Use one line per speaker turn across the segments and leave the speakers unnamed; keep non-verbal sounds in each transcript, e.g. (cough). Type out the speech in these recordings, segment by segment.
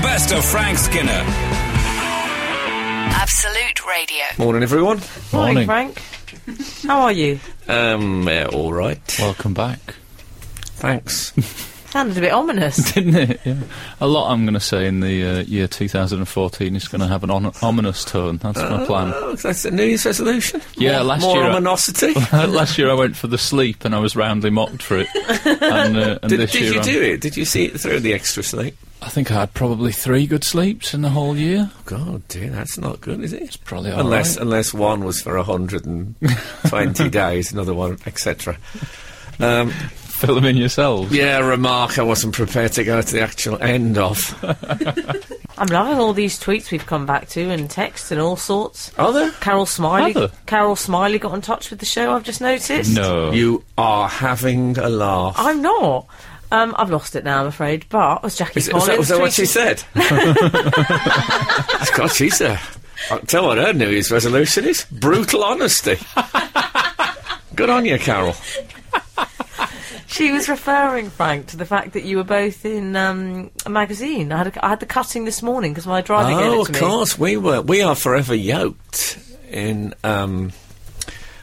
best of Frank Skinner.
Absolute Radio.
Morning, everyone.
Morning.
Frank. How are you?
Um, yeah, all right.
Welcome back. (laughs)
Thanks.
Sounded a bit ominous.
Didn't it? Yeah. A lot I'm going to say in the uh, year 2014 is going to have an on- ominous tone. That's my (laughs) plan.
(laughs) Oh, that's a New Year's resolution.
Yeah,
more,
last
more
year I-
ominosity.
(laughs) Uh, Last year I went for the sleep and I was roundly mocked for it. And, uh, and
did
this
did
year
you
I'm-
do it? Did you see it through the extra sleep?
I think I had probably three good sleeps in the whole year.
Oh, God, dear, that's not good, is it?
Probably all
Unless,
right.
unless one was for hundred and
(laughs)
twenty days, another one, etc. Um,
Fill them in yourselves.
yeah, remark I wasn't prepared to go to the actual end
(laughs)
of.
Oh.
I'm loving all these tweets we've come back to and texts and all sorts.
Are there?
Carol Smiley.
Have they?
Carol Smiley got in touch with the show. I've just noticed.
No.
You are having a laugh.
I'm not. Um, I've lost it now, I'm afraid. But it was Jackie
Is it- was
Collins.
that, was that what she
tweeting-
said?
(laughs)
God, she's a. I'll tell you what her New Year's resolution is brutal honesty. Good on you, Carol.
She was referring, Frank, to the fact that you were both in um, a magazine. I had, a, I had the cutting this morning because my driver gave
oh,
it
of
to me.
course, we were. We are forever yoked in. Um,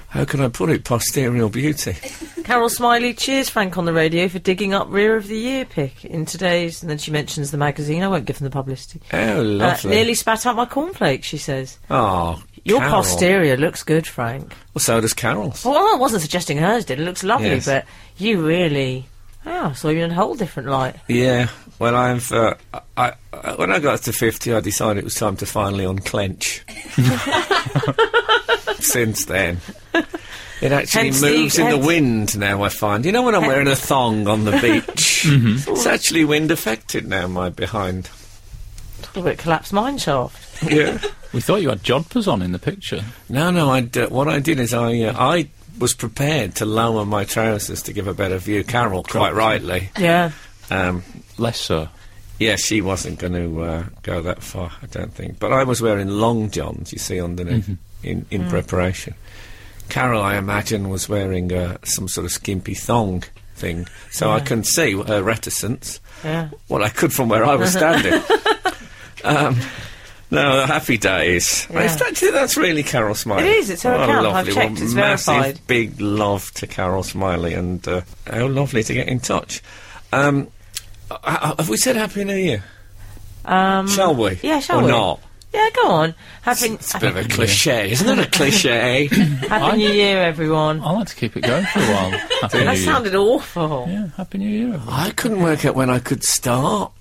how can I put it? Posterior beauty.
Carol Smiley cheers Frank on the radio for digging up Rear of the Year pick in today's. And then she mentions the magazine. I won't give them the publicity.
Oh,
Uh,
lovely.
nearly spat out my cornflakes, she says.
Oh,
Your
Carol.
posterior looks good, Frank.
Well, so does Carol's.
Well, I wasn't suggesting hers did. It looks lovely,
Yes.
but you really. Oh, I saw you in a whole different light.
Yeah. Well, I've. Uh, I, I, when I got to fifty, I decided it was time to finally
(laughs)
unclench. Since then, it actually
Hence the-
moves in
hence-
the wind now. I find. You know when I'm wearing a thong on the beach,
(laughs) Mm-hmm.
it's actually wind affected now. My behind.
A little bit collapsed mine shaft.
Yeah.
We thought you had jodhpurs on in the picture.
(laughs) No, no. I d- what I did is I uh, I was prepared to lower my trousers to give a better view. Carol, quite rightly.
Yeah.
Um,
Less so.
yeah, she wasn't going to uh, go that far, I don't think. But I was wearing long johns, you see, underneath
Mm-hmm.
in in preparation. Carol, I imagine, was wearing uh, some sort of skimpy thong thing, so I can see her reticence.
Yeah.
Well, I could from where I was
(laughs)
standing. um, no, the happy days.
Yeah.
It's actually, that's really Carol Smiley.
It is, it's her
What a
account, I've
lovely
checked,
woman.
it's
Massive,
verified.
Big love to Carol Smiley, and uh, how lovely to get in touch. Um, h- h- have we said Happy New Year?
Um,
Shall we?
Yeah, shall
or
we?
not?
Yeah, go on. Happy,
It's a bit of a cliche, isn't it? A
(laughs)
cliche.
happy New Year, everyone.
I like to keep it going for a while. Happy New
That
Year.
sounded awful.
Yeah, Happy New Year. everyone.
I couldn't work out when I could start.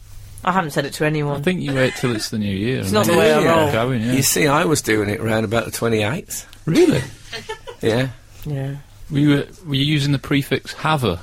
I haven't said it to anyone.
I think you wait till it's the new year. It's
not the way I roll.
Going, yeah.
You see, I was doing it round about the twenty eighth.
Really?
Yeah.
yeah.
We were, were you using the prefix have a?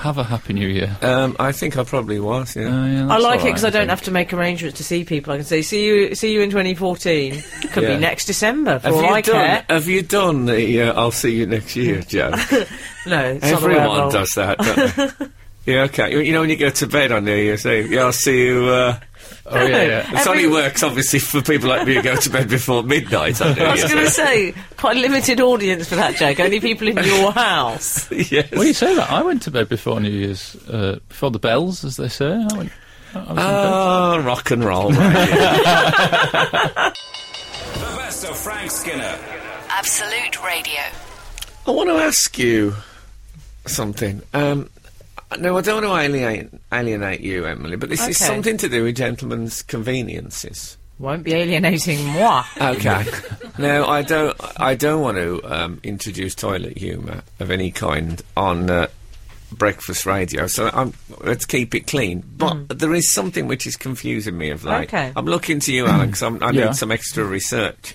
Have a happy new year.
Um, I think I probably was. Uh, Yeah.
Oh, yeah,
I
that's
like it
all right,
because I don't
think.
have to make arrangements to see people. I can say, "See you, see you in 2014."
(laughs)
Could
Yeah.
be next December for
Have
all
you
I
done?
care.
Have you done the? Uh, I'll see you next
(laughs)
year, Joe.
No, it's not the way I
Everyone
roll.
does that, don't
(laughs)
they? yeah, okay. You, you know when you go to bed on New Year's Eve, yeah, I'll see you. Uh,
Oh, yeah, yeah.
It
Every-
only works, obviously, for people like me who go to bed before midnight on New
(laughs) I
(laughs)
was
Year's
going to say quite a limited audience for that joke. Only people in
(laughs)
your house.
Eve. (laughs) Yes.
Well, you say that. I went to bed before New Year's, uh, before the bells, as they say. I went. I was in bed.
Ah, rock and roll. Right
The best of Frank Skinner.
Absolute Radio.
I want to ask you something. Um, no, I don't want to alienate, alienate you, Emily, but this is
Okay.
something to do with gentlemen's conveniences.
Won't be alienating moi.
Okay. now, I don't, I don't want to um, introduce toilet humour of any kind on uh, breakfast radio, so I'm, let's keep it clean. But there is something which is confusing me of late.
Hmm. Okay.
I'm looking to you, Alex. I'm, I
Yeah.
need some extra research.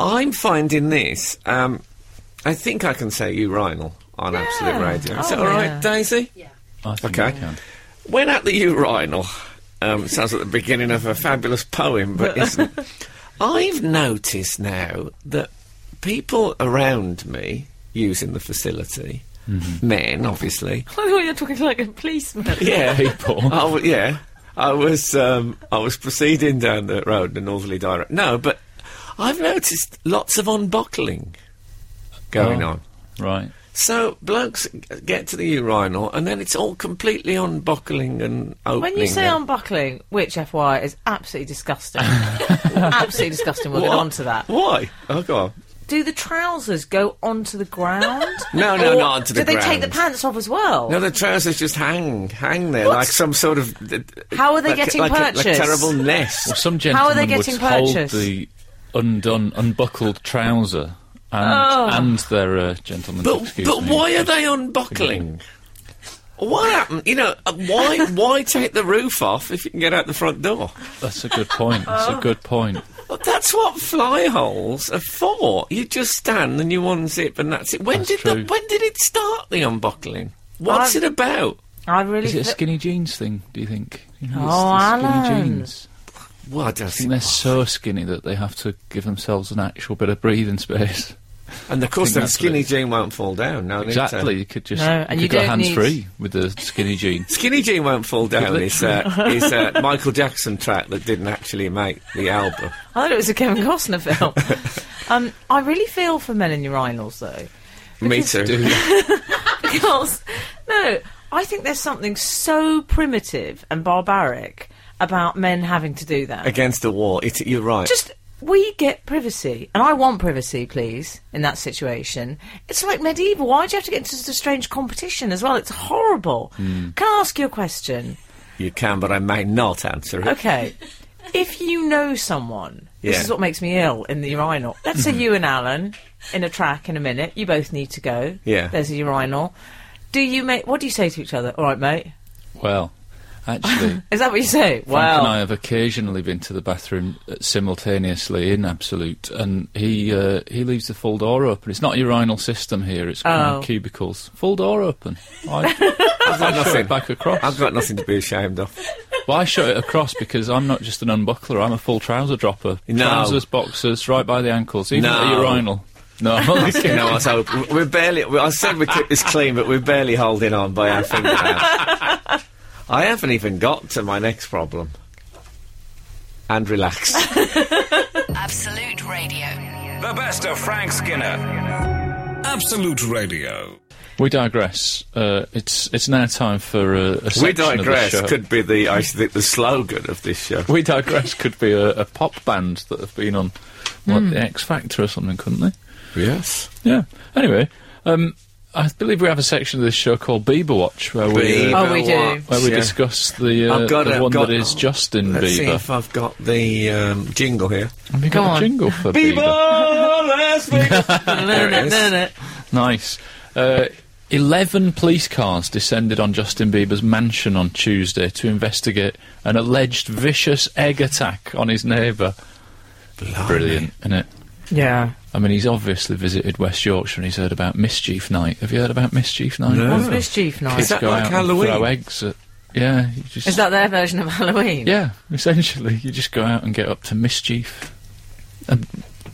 I'm finding this. Um, I think I can say urinal on Absolute Radio. Is
Oh,
that all right,
yeah.
Daisy?
I think
Okay.
I can.
When at the urinal, um, sounds like the beginning of a fabulous poem,
(laughs)
but isn't. I've noticed now that people around me using the facility, men obviously,
(laughs) I thought you were talking like a policeman.
(laughs) yeah,
People.
I w- yeah, I was um, I was proceeding down the road in a northerly direction. No, but I've noticed lots of unbuckling going
Oh.
on.
Right.
So blokes g- get to the urinal, and then it's all completely unbuckling and opening.
When you say
and-
unbuckling, which FY is absolutely
(laughs)
disgusting, absolutely disgusting. We'll get
What?
on to that.
Why? Oh, go on.
Do the trousers go onto the ground?
(laughs) No, no,
Or
not onto the
Do they take
ground.
the pants off as well?
No, the trousers just hang, hang there
What?
like some sort of. th- th-
How are they
like,
getting
like a- like
purchased?
terrible nest.
Well, some gentlemen
How are they getting
would hold
purchased?
the undone, unbuckled trouser and,
Oh.
and their uh, gentleman's
But
excuse
but
me.
why are they unbuckling? What happened? You know, uh,
(laughs)
why why take the roof off if you can get out the front door?
That's a good point. That's
Oh.
a good point.
Well, that's what fly holes are for. You just stand and you unzip, and that's it. When
That's
did the,
true.
when did it start? The unbuckling. What's
I've-
it about?
I really.
Is it a
thi-
skinny jeans thing? Do you think? You know,
Oh,
it's the skinny
Alan.
jeans.
Well, I don't
I think
think.
they're so skinny that they have to give themselves an actual bit of breathing
(laughs)
space.
and of course,
think
the
that's what
skinny
it is.
jean won't fall down. No, need to.
Exactly. You could just
No,
you
and
could
you
go
don't
hands
need-
free with the skinny jeans.
(laughs) Skinny Jean won't fall down is uh, is uh, Michael Jackson track that didn't actually make the
(laughs)
album.
I thought it was a Kevin Costner film.
(laughs)
um, I really feel for men in urinals, though.
Me too.
because no, I think there's something so primitive and barbaric about men having to do that.
Against the wall. It, you're right.
Just we get privacy, and I want privacy, please. In that situation, it's like medieval. Why do you have to get into such a strange competition as well? It's horrible.
Hmm.
Can I ask you a question?
you can, but I may not answer it.
Okay. If you know someone,
Yeah.
this is what makes me ill in the urinal. Let's say you and Alan in a track in a minute. You both need to go.
Yeah.
There's a urinal. Do you make? What do you say to each other? All
(laughs)
right, mate.
Well, actually.
Is that what you say?
Frank and I
Wow.
have occasionally been to the bathroom uh, simultaneously in absolute, and he uh, he leaves the full door open. It's not a urinal system here; it's kind
Oh.
of cubicles. Full door open.
(laughs)
I,
I've got
I shut
nothing.
it back across.
I've got nothing to be ashamed
(laughs)
of.
well, I shut it across because I'm not just an unbuckler; I'm a full trouser dropper.
No.
Trousers, boxers, right by the ankles, even at
(laughs) No.
the urinal. (laughs) No, I'm only
You
kidding.
know, I was hoping- we're barely. I said we keep this clean, but we're barely holding on by our
(laughs)
fingernails. I haven't even got to my next problem. And
(laughs)
relax.
Absolute Radio.
The best of Frank Skinner. Absolute Radio.
we digress. Uh, it's it's now time for uh, a section
we
Of
digress.
the show.
Could be the I think the slogan of this show.
(laughs) we digress could be a, a pop band that have been on like the X Factor or something, couldn't they?
Yes.
Yeah. Anyway, um, I believe we have a section of this show called Bieber Watch where we uh,
Oh, we do.
where we discuss the, uh,
I've got it,
the
I've
one
got-
that is Justin
Let's see
Bieber.
if I've got the um, jingle here.
Have you
Go
got
on.
a jingle for
Bieber,
Bieber?
let's Bieber.
(laughs)
There it is. (laughs)
Nice. Uh, Eleven police cars descended on Justin Bieber's mansion on Tuesday to investigate an alleged vicious egg attack on his neighbour. Brilliant, isn't it?
Yeah.
I mean, he's obviously visited West Yorkshire and he's heard about Mischief Night. Have you heard about Mischief Night?
No.
What's mischief night?
Is
Is
that-
that,
go
like
out
Halloween?
and throw eggs at. Yeah, you just,
their version of Halloween?
yeah, essentially, you just go out and get up to mischief. And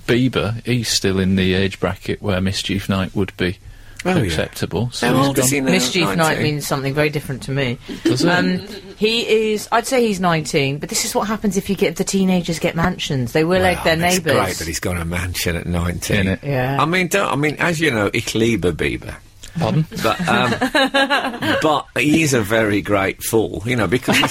Bieber, he's still in the age bracket where mischief night would be
Oh, yeah.
acceptable. So
How
he's
old is
gone-
he now?
Mischief night
19?
means something very different to me.
Does it?
Um, he is. I'd say he's 19, but this is what happens if you get the teenagers get mansions. They will egg
Oh,
their
it's
neighbours.
great that he's got a mansion at 19.
Innit?
Yeah.
I mean, don't, I mean, as you know, ich liebe Bieber.
Pardon?
But, um,
(laughs)
but he's a very great fool, you know, because, he's,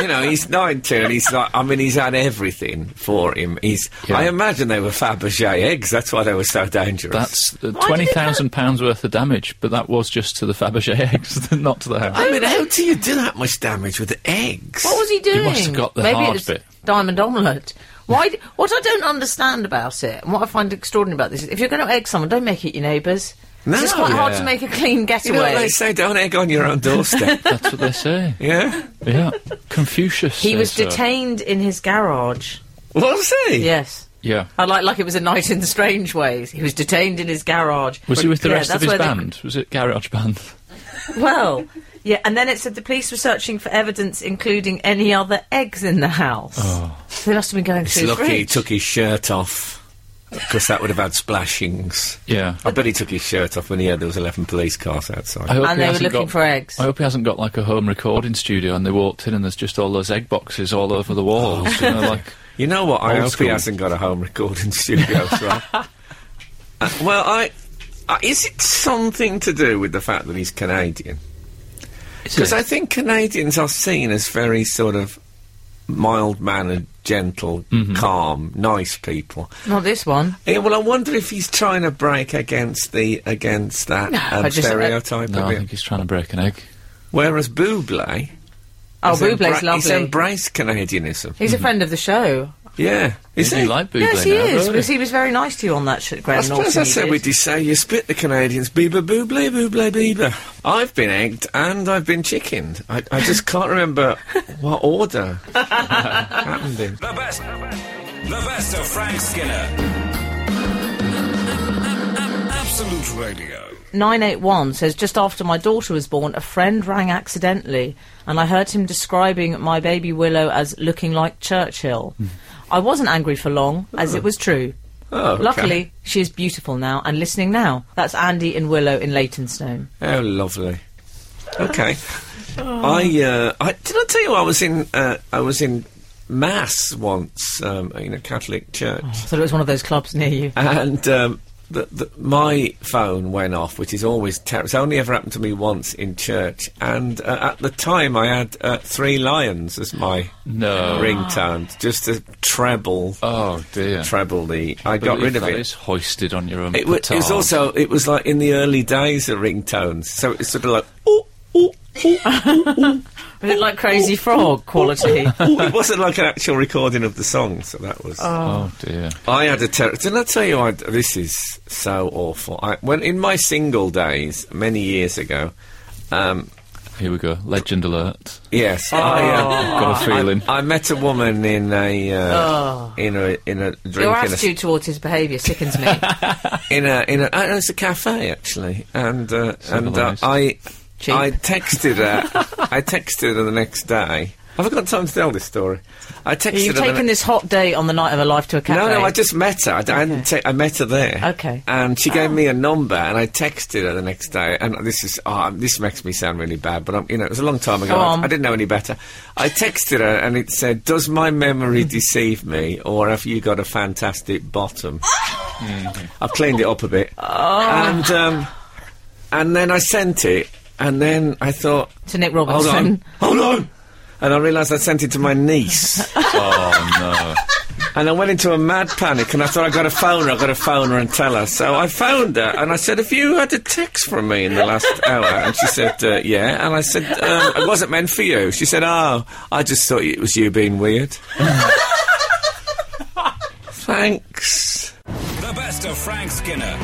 you know, he's 19 and he's like, I mean, he's had everything for him. He's,
Yeah.
I imagine they were Fabergé eggs. That's why they were so dangerous.
That's uh,
did it
twenty thousand pounds worth of damage, but that was just to the Fabergé (laughs) eggs, not to the house.
I mean, how do you do that much damage with eggs?
What was he doing?
must have got the
Maybe
hard
it was
bit.
Diamond omelette. Why? d- what I don't understand about it, and what I find extraordinary about this, is if you're going to egg someone, don't make it your neighbours. 'Cause it's
No.
quite hard
Yeah.
to make a clean
you know,
getaway.
they say don't egg on your own
(laughs)
doorstep.
That's what they say.
yeah?
Yeah, Confucius.
he
says uh,
was
so.
detained in his garage.
Was he?
Yes.
Yeah.
I like like it was a night in strange ways. He was detained in his garage.
Was he with the
Yeah,
rest of
that's
his
where they-
band? Was it garage band? (laughs)
Well, yeah, and then it said the police were searching for evidence, including any other eggs in the house. So they must have been going
Oh. It's
through. his
lucky he
fridge.
took his shirt off. Because that would have had splashings.
Yeah.
I bet he took his shirt off when he heard there was 11 police cars outside.
I hope
And
he
they were
hasn't
looking
got-
for eggs.
I hope he hasn't got like a home recording studio and they walked in and there's just all those egg boxes all over the walls.
(laughs)
you know, like
You know what? I
Old
hope he (laughs)
school. (laughs)
hasn't got a home recording studio. as well. Uh, well, I Uh, is it something to do with the fact that he's Canadian? Because I think Canadians are seen as very sort of mild mannered, gentle,
Mm-hmm.
calm, nice people.
Not this one.
Yeah, well, I wonder if he's trying to break against the against that
No,
um,
I just- uh,
stereotype
no,
of
I
him.
think he's trying to break an egg.
Whereas Buble,
Oh,
has
Bublé's
embra- He's
lovely.
embraced Canadianism.
He's a friend of the show.
Yeah, is
Does
he?
he like Buble
yes, he
now?
is,
Really?
because he was very nice to you on that shit,
I
Graham Norton.
suppose that's
you
how
did.
we do say you spit the Canadians, Bieber, Buble, Buble, Bieber. I've been egged and I've been chickened. I, I just can't
(laughs)
remember what order happened in.
The best, the best of Frank Skinner. Absolute Radio.
981 says, just after my daughter was born, a friend rang accidentally, and I heard him describing my baby Willow as looking like Churchill.
Hmm.
I wasn't angry for long, as it was true.
Oh, okay.
Luckily, she is beautiful now and listening now. That's Andy and Willow in Leytonstone.
How Oh, lovely. Okay. I, uh, I did I tell you I was in uh, I was in mass once um, in a Catholic church.
I thought it was one of those clubs near you.
and um, the, the, my phone went off, which is always terrible. It's only ever happened to me once in church, and uh, at the time I had uh, three lions as my
No.
ringtone, just to treble,
Oh dear.
treble the. I got rid of
That
it.
is hoisted on your own
It, wa- it was
petard.
also it was like in the early days of ringtones, so it was sort of like oh. Ooh, ooh,
Was it like Crazy
(laughs)
Frog quality?
ooh. it wasn't like an actual recording of the song, so that was.
Oh dear.
I had a ter- Didn't I tell you? I, this is so awful. I, when in my single days, many years ago, um,
Here we go. Legend alert.
yes, I, uh,
Got a feeling.
I met a woman in a uh,
Oh.
in a in a drink
Your
in a,
attitude towards his behaviour
(laughs)
sickens me.
in a in a uh, it's a cafe actually, and uh, and uh,
nice.
I
Cheap.
I texted
(laughs)
her. I texted her the next day. Have I got time to tell this story? I texted
You've
her. the
taken
ne-
this hot day on the night of a life to a cafe.
No, no, I just met her. I, d- I hadn't. ta- I met her there.
Okay. Oh.
And she gave me a number, and I texted her the next day. And this is oh, um, this makes me sound really bad, but I'm, you know, it was a long time ago.
Go
I,
on.
I didn't know any better. I texted her, and it said, "Does my
(laughs)
memory deceive me, or have you got a fantastic
(laughs)
bottom?" Mm-hmm. I've cleaned it up a bit,
Oh.
and um, and then I sent it, and then I thought,
To Nick
"Hold
Robinson.
on, hold on," and I realised I sent it to my (laughs) niece.
Oh
And I went into a mad panic and I thought, I've got to phone her, I've got to phone her and tell her. So I phoned her and I said, Have you had a text from me in the last hour? And she said, uh, Yeah. And I said, um, It wasn't meant for you. She said, Oh, I just thought it was you being weird. (laughs) Thanks.
The best of Frank Skinner.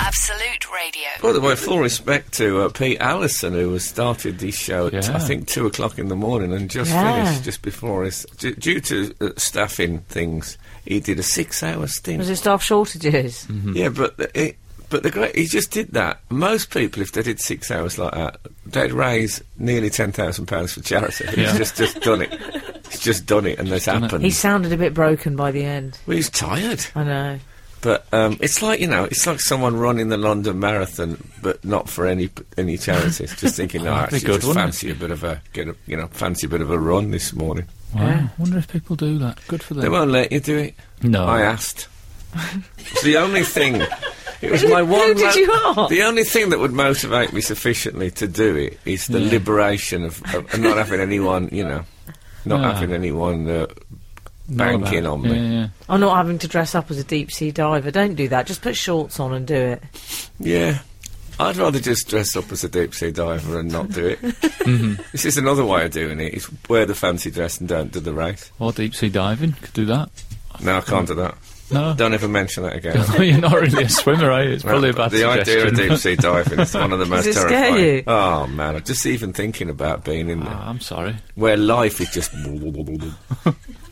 Absolute Radio.
By the way, full respect to uh, Pete Allison, who has started the show at,
Yeah.
I think, two o'clock in the morning and just
Yeah.
finished just before us. D- due to uh, staffing things, he did a six hour stint.
(laughs)
Mm-hmm.
Was it staff shortages?
Yeah, but the- it, but the great, he just did that. Most people, if they did six hours like that, they'd raise nearly ten thousand pounds for charity.
Yeah.
(laughs) He's just just done it. He's just done it, and this
done it.
happened.
He sounded a bit broken by the end.
well, he's tired,
I know.
but um, it's like you know, it's like someone running the London Marathon, but not for any any
(laughs)
charities. just thinking, oh,
That'd be
actually,
good,
just
wouldn't
fancy a bit of a get a you know fancy a bit of a run this morning.
no. Wow. Wonder if people do that. Good for
They
them.
won't Oh, let you do it.
No.
I
(laughs)
asked. it's the only thing. It was my
Who
one.
did you ask?
The only thing that would motivate me sufficiently to do it is the liberation of, of of not having anyone, you know, not
Yeah.
having anyone uh,
Know
banking
about
on
it.
me.
Yeah, yeah.
I'm not having to dress up as a deep sea diver. Don't do that. Just put shorts on and do it.
Yeah. I'd rather just dress up as a deep sea diver and not do it.
Mm-hmm.
This is another way of doing it. It's wear the fancy dress and don't do the race.
Or deep sea diving could do that.
No, I can't do that.
No.
(laughs)
(laughs)
Don't ever mention that
(laughs)
again.
You're not really a swimmer, are you? It's probably a bad
the idea
suggestion.
of deep sea diving is
(laughs)
one of the most
it scare
terrifying.
you?
Oh man, I'm just even thinking about being in
Ah,
there,
I'm sorry.
where life is
(laughs)
just.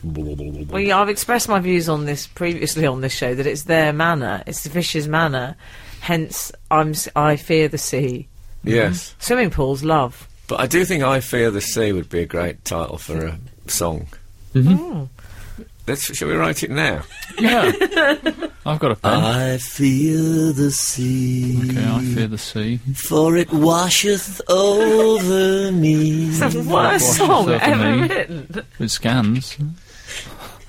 Well, yeah, I've expressed my views on this previously on this show that it's their manner, it's the fish's manner. Hence, I'm s- I fear the sea.
yes,
Swimming pools, love.
but I do think "I Fear the Sea" would be a great title for a song.
Mm-hmm.
Let's shall we write it now? (laughs)
Yeah. I've got a pen.
I fear the sea,
Okay, I fear the sea.
for it washeth over me.
It's the worst
Mm.
Wash yourself
song ever
and me.
written.
It scans.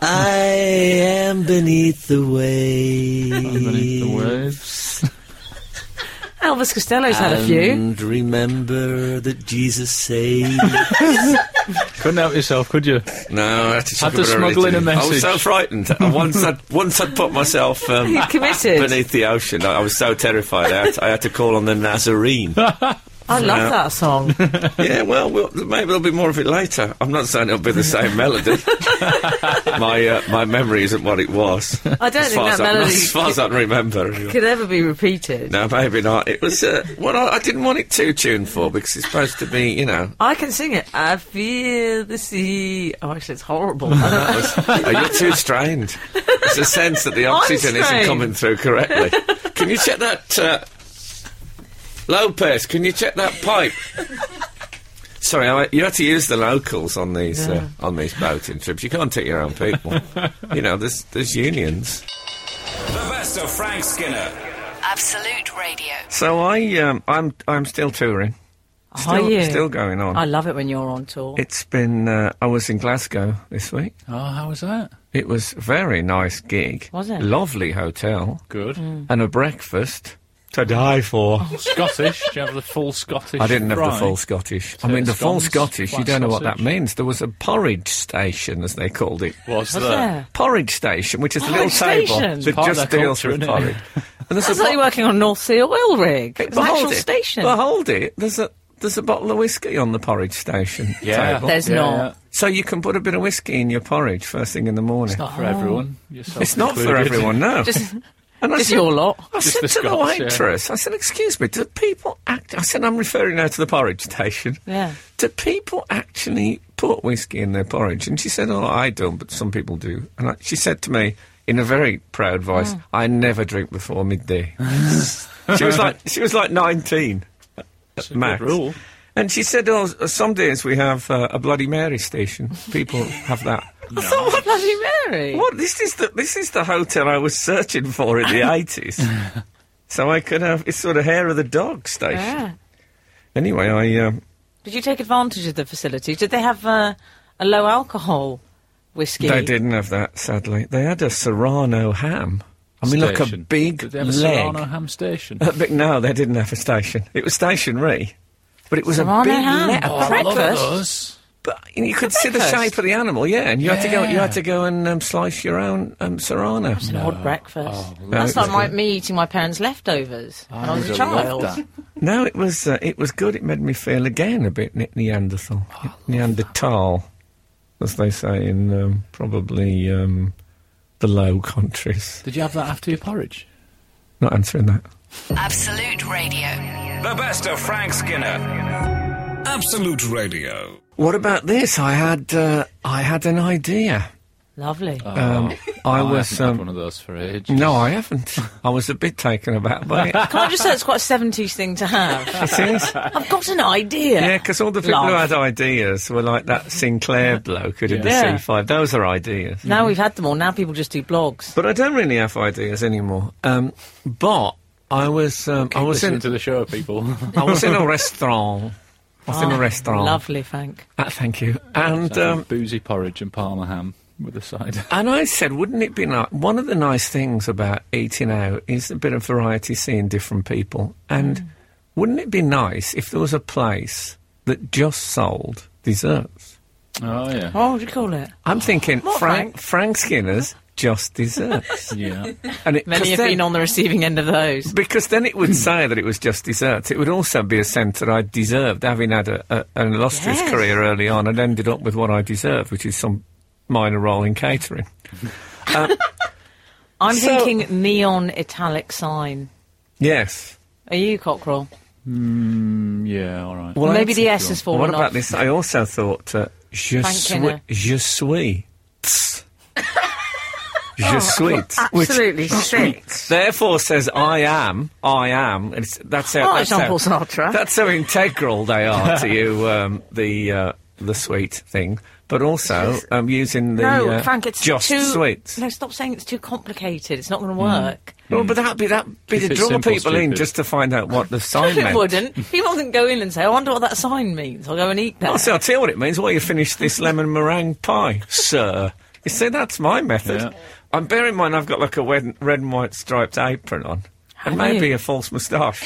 I am beneath the waves.
the waves.
Elvis Costello's had
Um,
a few.
And remember that
(laughs)
Jesus saved.
Couldn't help yourself, could you?
No, I had to, talk
Had to
about
smuggle in a
religion. I was
message.
so frightened. I- once
(laughs)
I'd once I'd put myself um,
He (laughs) committed.
beneath the ocean. I, I was so terrified. I had, to, I had to call on the
(laughs)
Nazarene.
I love
Yeah.
that song.
yeah, well, we'll, maybe there'll be more of it later. I'm not saying it'll be the
(laughs)
same melody. my uh, my memory isn't what it was. (laughs)
I don't
as far
think
as
that
I-
melody
as far as I can remember. anyway.
could ever be repeated.
No, maybe not. It was uh, what I, I didn't want it too tuned for because it's supposed to be, you know.
I can sing it. I feel the sea. Oh, actually,
(laughs)
it's horrible. I don't-
Oh, you're too strained. There's a sense that the oxygen isn't
strained.
coming through correctly. Can you check that, uh, Lopez? Can you check that pipe? Sorry, I, you have to use the locals on these
Yeah.
uh, on these boating trips. You can't take your own people. you know, there's there's unions.
The best of Frank Skinner.
Absolute Radio.
So I um, I'm I'm still touring. Still,
Are you?
still going on?
I love it when you're on tour.
it's been. Uh, I was in Glasgow this week.
Oh, how was that?
It was a very nice gig.
Was it?
Lovely hotel
Good.
and a breakfast to die for.
Scottish? Do you have the full Scottish?
I didn't have
fry?
the full Scottish. I mean, the full
scones,
Scottish. You
flat
don't know what that
sausage.
means. There was a porridge station, as they called it.
Was,
Was
there?
there?
Porridge station, which is a little
Porridge
table
station?
that
Part of
just
their
deals
culture,
with
isn't it?
porridge. And there's
It's like you're working on North Sea oil rig. It's an
behold
actual
it,
station.
Behold it. There's a there's a bottle of whiskey on the porridge station
Yeah.
table.
There's
yeah,
not.
so you can put a bit of whiskey in your porridge first thing in the morning.
Not for everyone. Yourself
It's not for
included.
everyone, no.
Just,
and I
just
said-
your lot.
I
Just
said
the
to the
Scots, yeah.
waitress, I said, excuse me, do people act... I said, I'm referring now to the porridge station.
Yeah.
Do people actually put whiskey in their porridge? And she said, oh, I don't, but some people do. And I, she said to me, in a very proud voice,
Mm.
I never drink before midday. (laughs) she was like, she was like 19,
It's a good
max.
rule.
And she said, oh, s- some days we have uh, a Bloody Mary station. People have that.
(laughs)
I thought, what
Bloody Mary.
what this is the this is the hotel I was searching for in
(laughs)
the eighties. so I could have it's sort of hair of the dog station.
Yeah.
Anyway, I um,
Did you take advantage of the facility? Did they have uh, a low alcohol whiskey?
they didn't have that sadly. They had a Serrano ham. I mean, like a
Station.
big
Did they have a
leg.
Serrano ham station?
(laughs) A big- no, they didn't have a station. It was stationary, but it was
Serrano
a big
ham.
leg.
Oh,
I love
breakfast?
those.
But you, know, you could see the
breakfast.
shape of the animal, yeah. And you had to go. You
Yeah.
had to go and um, slice your own um, Serrano.
It's an odd breakfast.
No, it
That's like
was
my,
good.
me eating my parents' leftovers
Oh,
when I was Oh, a
would have loved
child.
that.
No, it was uh, it was good. It made me feel again a bit ne- Neanderthal,
Oh,
Neanderthal, as they say in um, probably um, the Low Countries.
Did you have that after your porridge?
Not answering that.
Absolute Radio.
The best of Frank Skinner. Absolute Radio.
What about this? I had uh, I had an idea.
Lovely.
Um, I was
Oh. haven't had
um,
one of those for ages.
no, I haven't. I was a bit taken aback
(laughs)
by it.
Can I just say it's quite a 70s thing
(laughs)
to have?
It is.
I've got an idea.
Yeah, because all the people who
Laugh.
had ideas were like that Sinclair bloke who did
Yeah.
the C5. Those are ideas.
Now we've had them all. Now people just do blogs.
But I don't really have ideas anymore. Um, but I was um, I was
Listen
in
to the
(laughs)
show, people.
I was
(laughs)
in a restaurant. I was in a restaurant.
Ah, Lovely, Frank.
Ah, thank you. And um,
Boozy porridge and parma ham with
(laughs)
a side.
and I said, wouldn't it be nice? One of the nice things about eating out is a bit of variety, seeing different people. And
Mm.
wouldn't it be nice if there was a place that just sold desserts?
Oh yeah,
What would you call it?
I'm thinking
More
Frank Frank Skinner's just
(laughs)
desserts.
yeah.
and it, 'cause
Many have
then-
been on the receiving end of those.
Because then it would say that it was just desserts. It would also be a sense that I deserved, having had a, a, an illustrious
Yes.
career early on, and ended up with what I deserved, which is some minor role in catering.
I'm
So-
thinking neon italic sign.
Yes.
Are you, Cockrell?
Mm, yeah, all right.
Well,
Maybe
I-
the S has fallen
What about
off.
this? I also thought uh, je
Frank
suis,
Kenner.
je suis,
Oh,
je suis, which (laughs)
sick.
therefore says I am, I am. And it's, that's how.
Oh,
that's how-
Jean-Paul Sinatra.
That's how integral they are
(laughs)
to you. Um, the uh, the sweet thing, but also um, using the
No,
uh,
Frank, it's
just Mm-hmm.
too.
sweets.
No, stop saying it's too complicated. It's not going to work.
Well, but that'd be that'd be
Keep
to
it
draw
simple,
people in
stupid.
just to find out what
(laughs)
the sign
it
meant.
wouldn't. People wouldn't go in and say, "I wonder what that sign means." I'll go and eat that.
I'll, see, I'll tell you what it means. Why you finish this lemon meringue pie, sir? You see, that's my method.
Yeah.
I'm bearing in mind I've got like a red, red and white striped apron on. And
Have
maybe
you?
a false moustache.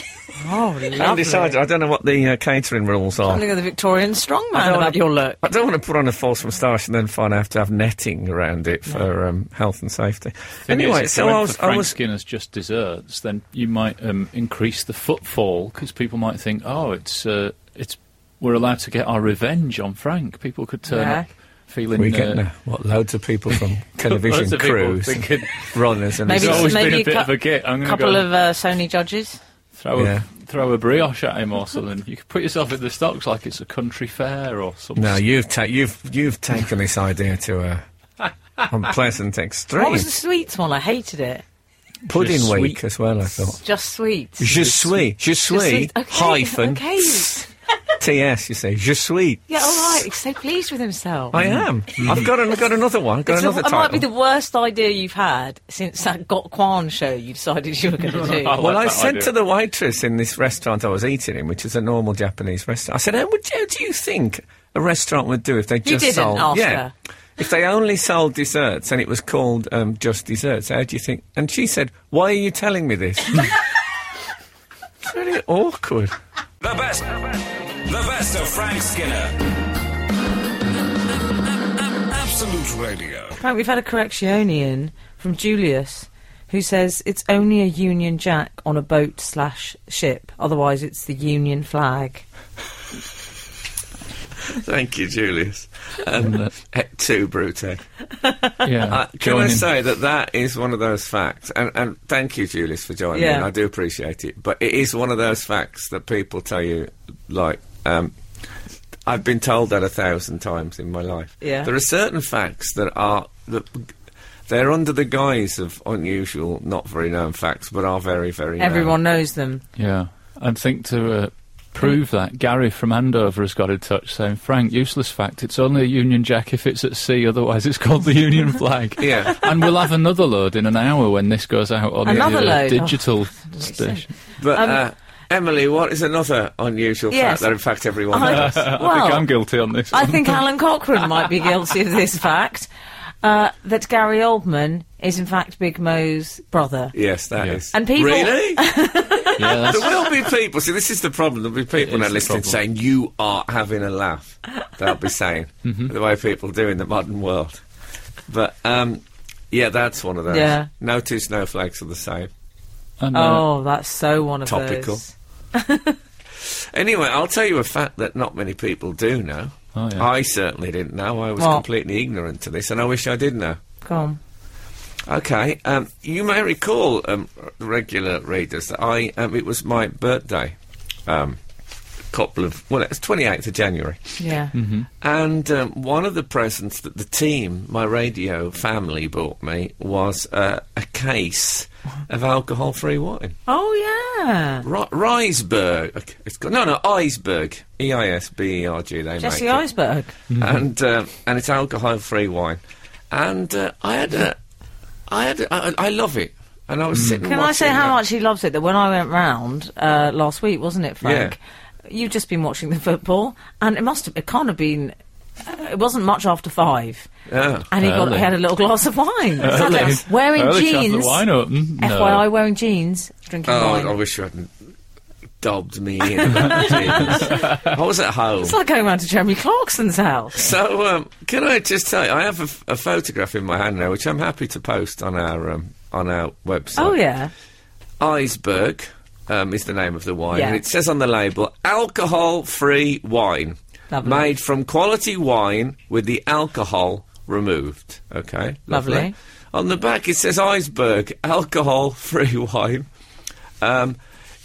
Oh,
I
lovely.
decided I don't know what the uh, catering rules are.
Something of the Victorian
I
strongman
don't
about
wanna-
your look.
I don't want to put on a false moustache and then find I have to have netting around it for um, health and safety.
Thing is,
Anyway,
if
so
you went
I was,
for Frank
I was
Skinner's just desserts, then you might um, increase the footfall because people might think, oh, it's uh, it's we're allowed to get our revenge on Frank. People could turn
Yeah.
up feeling.
we get
uh,
now what loads of people from (laughs) television
loads of people
crews, (laughs)
thinking-
runners, and
Maybe
There's
it's-
always
maybe
been a
a
bit
cou-
of a git. I'm
A
going to
couple
go
of uh, Sony judges.
throw a
Yeah.
throw a brioche at him or something. You could put yourself in the stocks like it's a country fair or
(laughs)
something.
No, you've ta- you've you've taken this idea to a unpleasant extreme.
What was the sweets one? I hated it.
Pudding
Just
week
sweet.
as well, I thought.
Just sweets.
Je suis, je
Just
suis,
sweets. Okay,
hyphen, (laughs)
Okay.
TS, you say, je suis.
Yeah, all right. He's so pleased with himself.
I am. I've got, an, I've got another one, got
It's
another
the- it might be
title.
the worst idea you've had since that Got Kwan show you decided you were going
(laughs)
to do.
Oh,
well,
like
I
that
said
idea.
to the waitress in this restaurant I was eating in, which is a normal Japanese restaurant, I said, how, would, how do you think a restaurant would do if they just
didn't
sold...
ask
yeah.
her.
If they only sold desserts and it was called um, Just Desserts, how do you think... And she said, why are you telling me
(laughs)
this? it's really awkward.
The best, the best of Frank Skinner. Absolute Radio.
Right, we've had a correctionian from Julius who says it's only a Union Jack on a boat slash ship, otherwise it's the Union flag.
Thank you, Julius. (laughs) Um, et tu, Brute.
yeah.
Uh, can I
Joining-
say that that is one of those facts, and, and thank you, Julius, for joining
Yeah.
in. I do appreciate it, but it is one of those facts that people tell you, like, um, I've been told that a thousand times in my life.
Yeah.
There are certain facts that are, that they're under the guise of unusual, not very known facts, but are very, very known.
Everyone knows them.
Yeah, and think to uh, prove that, Gary from Andover has got in touch saying, Frank, useless fact, it's only a Union Jack if it's at sea, otherwise it's called the Union flag.
Yeah.
And we'll have another load in an hour when this goes out on the
Another
uh,
load?
digital
makes
station.
But,
Um,
uh, Emily, what is another unusual
Yes.
fact that, in fact, everyone
I- (laughs)
knows?
(laughs) I think (laughs) I'm
well,
guilty on this.
I
one.
(laughs) think Alan Cochrane might be guilty of this fact uh, that Gary Oldman is in fact Big Mo's brother.
Yes, that is.
Yeah.
And people- (laughs)
Really?
yeah, that's-
There will be
(laughs)
people. See, this is the problem. There'll be people
It
now
is the
listening
problem.
saying you are having a laugh. They'll be
(laughs)
saying
Mm-hmm.
the way people do in the modern world. But um, yeah, that's one of those.
Yeah.
No two snowflakes are the same.
and, uh,
Oh, that's so one of
Topical.
those.
Anyway, I'll tell you a fact that not many people do know.
Oh, yeah.
I certainly didn't know. I was
What?
completely ignorant to this, and I wish I did know.
Come on.
Okay, um, you may recall, um, r- regular readers, that I um, it was my birthday. Um, couple of well, it was twenty eighth of January.
Yeah.
Mm-hmm.
And um, one of the presents that the team, my radio family, bought me was uh, a case of alcohol-free wine.
Oh, yeah.
Ri Reisberg. okay, It's got, no, no, Eisberg. E E-I-S-B-E-R-G, they
Jesse
make it.
Eisberg.
And, um, and it's alcohol-free wine. And uh, I had a... I had a, I, I love it. And I was sitting
Can I say
watching
how
that.
much he loves it? That when I went round uh, last week, wasn't it, Frank? You've just been watching the football, and it must have, it can't have been. uh, It wasn't much after five,
Yeah.
and he got
Early.
he had a little glass of wine. Sat down, wearing
Early to have
jeans,
The wine open. No.
FYI, wearing jeans, drinking
Oh,
wine.
I wish you hadn't dobbed me in. (laughs) Jeez. I was at home.
it's like going round to Jeremy Clarkson's house.
So, um, can I just tell you, I have a, f- a photograph in my hand now, which I'm happy to post on our um, on our website.
Oh yeah,
Iceberg um, is the name of the wine,
Yeah.
and it says on the label, alcohol-free wine,
Lovely.
made from quality wine with the alcohol removed. Okay,
Lovely.
On the back, it says Iceberg, (laughs) alcohol-free wine. Um,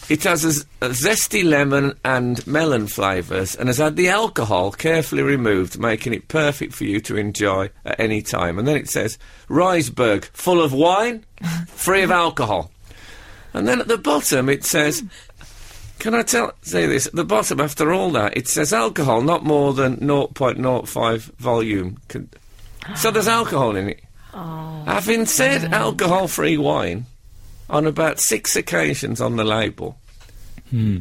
it has a, z- a zesty lemon and melon flavours and has had the alcohol carefully removed, making it perfect for you to enjoy at any time. And then it says, Riseberg, full of wine, free of alcohol. And then at the bottom it says, can I tell say this? At the bottom, after all that, it says alcohol, not more than 0.05 volume. Con- so there's alcohol in it. Having said
Mm.
alcohol-free wine on about six occasions on the label,
Hmm.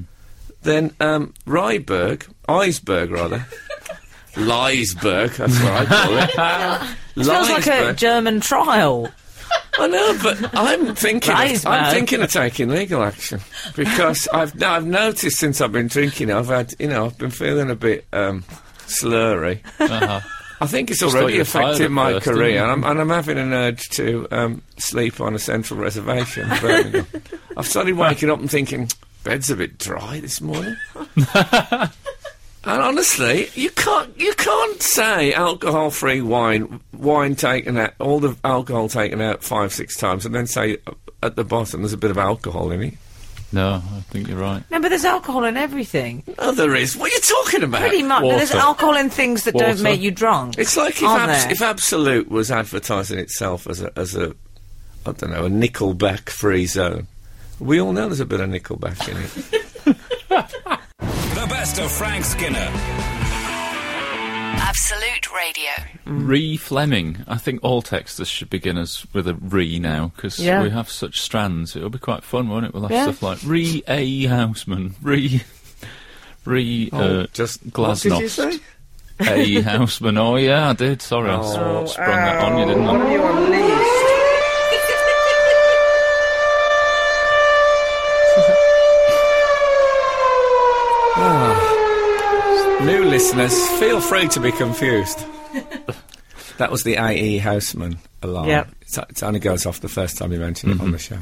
then um, Ryberg, Iceberg rather, Liesberg, that's what I call it.
(laughs) It feels like a
Liesberg.
German trial.
I know, but I'm thinking. Of,
Liesberg.
I'm thinking of taking legal action because I've now I've noticed since I've been drinking, I've had you know I've been feeling a bit um, slurry.
Uh-huh.
I think it's
thought
already
you were tired
affecting
at
my
first, didn't you?
career, and I'm, and I'm having an urge to um, sleep on a central reservation. in
(laughs)
Birmingham. I've started waking up and thinking bed's a bit dry this
(laughs)
morning. And honestly, you can't you can't say alcohol free wine, wine taken out, all the alcohol taken out five six times, and then say uh, at the bottom there's a bit of alcohol in it.
No, I think you're right.
No, but there's alcohol in everything.
No, there is. What are you talking about?
Pretty much. but There's
water.
alcohol in things that
Water.
don't make you drunk.
Uh, It's like if,
aren't
abs-
there?
if Absolute was advertising itself as a, as a I don't know, a Nickelback free zone. We all know there's a bit of Nickelback in it.
The best of Frank Skinner.
Absolute Radio.
Mm.
Re Fleming. I think all texters should begin us with a re now because
Yeah.
we have such strands. It'll be quite fun, won't it? We'll have
Yeah.
stuff like re A Houseman, re re uh,
Oh, just what did you
Glasnost,
say?
A Houseman. Oh yeah, I did. Sorry, I sort
Oh,
of sprung that on you, didn't I?
New listeners, feel free to be
(laughs)
confused. that was the IE Houseman alarm.
Yep.
It's- It only goes off the first time you mention
Mm-hmm.
it on the show.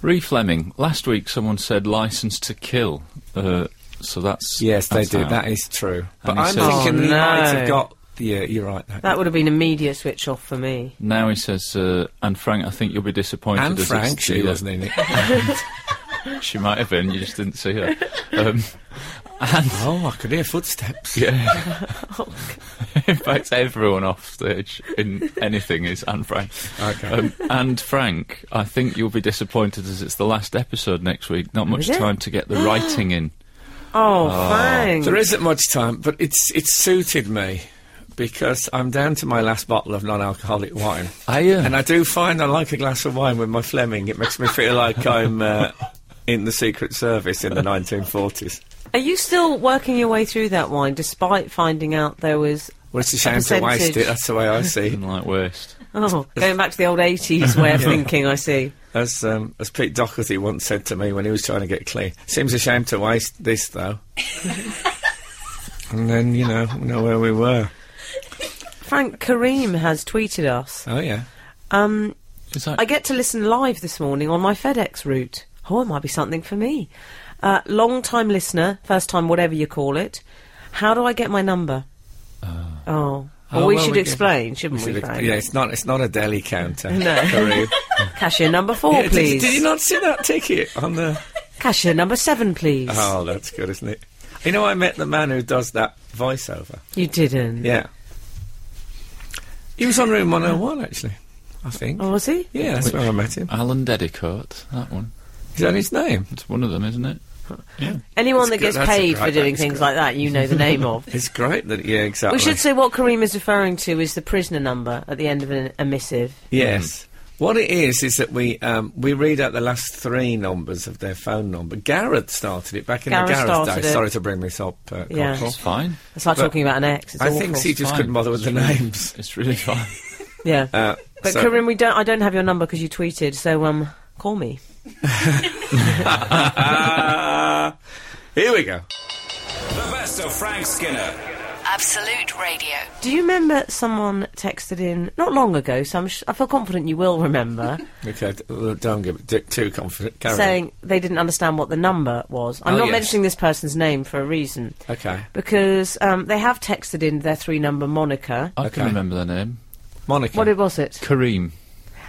Re Fleming. Last week, someone said "License to Kill," uh, so that's
Yes, they
that's
do.
out.
That is true. But
he
I'm
says-
thinking they
Oh,
might
no.
have got. Yeah, you're right. That,
That would have been a media switch off for me.
Now he says, uh, "And Frank, I think you'll be disappointed."
and
as it's
Frank, she
the, uh,
wasn't in it. (laughs)
She might have been. You just didn't see her. Um, and
oh, I could hear footsteps.
yeah,
Oh,
(laughs) in fact, everyone off stage in anything is Anne Frank.
Okay.
Um, and Frank, I think you'll be disappointed as it's the last episode next week. Not much
Is it?
time to get the
(gasps)
writing in.
Oh,
Ah.
thanks.
There isn't much time, but it's it's suited me because I'm down to my last bottle of non-alcoholic wine,
Are you?
and I do find I like a glass of wine with my Fleming. It makes me feel like I'm uh, in the Secret Service in the 1940s.
Are you still working your way through that wine despite finding out there was.
Well, it's a shame to waste it.
percentage.
That's the way I see it.
Didn't like waste.
Oh, going back to the old 80s
(laughs)
way of thinking, I see.
As um, as Pete Doherty once said to me when he was trying to get clean, seems a shame to waste this though. and then you know, we know where we were.
Frank Kareem has tweeted us.
Oh yeah.
Um,
Is that
I get to listen live this morning on my FedEx route. Oh, it might be something for me. Uh, Long time listener, first time, whatever you call it. How do I get my number? oh. Well,
Ah. Oh,
we
well,
should
we can-
explain, shouldn't we,
Should ex-
Frank?
yeah, it's not it's not a deli counter.
No.
Kareem.
Cashier number
(laughs)
four,
Yeah, did-
please.
Did, you not see that ticket on the?
Cashier number seven, please.
Oh, that's good, isn't it? You know, I met the man who does that voiceover.
You didn't.
Yeah, he was on room one hundred one actually. I think.
Oh, was he?
Yeah, that's where I met him.
Alan Dedicoat? That one.
Is that his name?
It's one of them, isn't it? Yeah.
That's
Anyone that
good,
gets
that's a
paid
great-
for doing
that's
things
good.
like that, you know the name of.
It's great that yeah, exactly.
(laughs) We should say what Kareem is referring to is the prisoner number at the end of an, a missive.
Yes. What it is is that we um, we read out the last three numbers of their phone number. Gareth started it back in
Gareth
the Gareth
started
days.
it.
Sorry to bring this up, uh,
Yeah.
Corporal.
It's fine.
It's like
But
talking about an ex. It's
I
awful.
think he just
Fine.
couldn't bother with the names.
(laughs) It's really fine.
Yeah.
Uh,
But
so-
Corinne, we don't. I don't have your number because you tweeted. So um, call me.
Ah, here we go.
The best of Frank Skinner.
Absolute Radio.
Do you remember someone texted in not long ago? So I'm sh- I feel confident you will
(laughs)
remember
Okay, d- well, don't give it d- too confident. Carry on.
saying they didn't understand what the number was. I'm
Oh,
not
yes.
mentioning this person's name for a reason
Okay,
because um, they have texted in their three number moniker.
I
Okay.
can remember their name.
Monica.
What it- was it?
Kareem.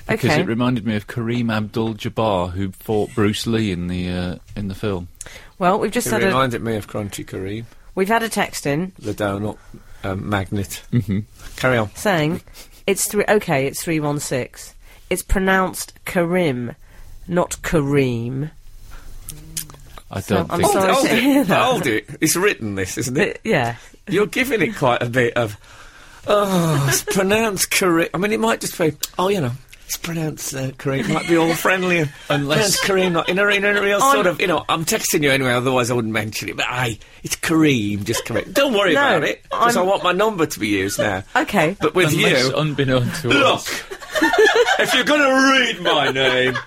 Because
Okay.
it reminded me of Kareem Abdul-Jabbar, who fought Bruce Lee in the uh, in the film.
Well, we've just
It
had a
reminded me of Crunchy Kareem,
we've had a text in
the donut um, magnet. Mm-hmm. Carry on.
saying it's three. Okay, it's three one six. It's pronounced Karim, not Kareem.
I
So,
don't
I'm
think.
sorry.
hold
to
it,
hear that.
hold it. It's written this, isn't
Uh,
it?
yeah.
You're giving it quite a bit of. Oh, it's pronounced Kareem. I mean, it might just be. Oh, you know, It's pronounced uh, Kareem. Might be all friendly. and
Unless-
pronounced Kareem, not in a, in a real sort of, you know, I'm texting you anyway, otherwise I wouldn't mention it. But aye, it's Kareem, just correct. Don't worry
No,
about it, because I
I'm-
want my number to be used now.
Okay.
But with
Unless,
you,
unbeknown to
look, (laughs)
us.
if you're going to read my name,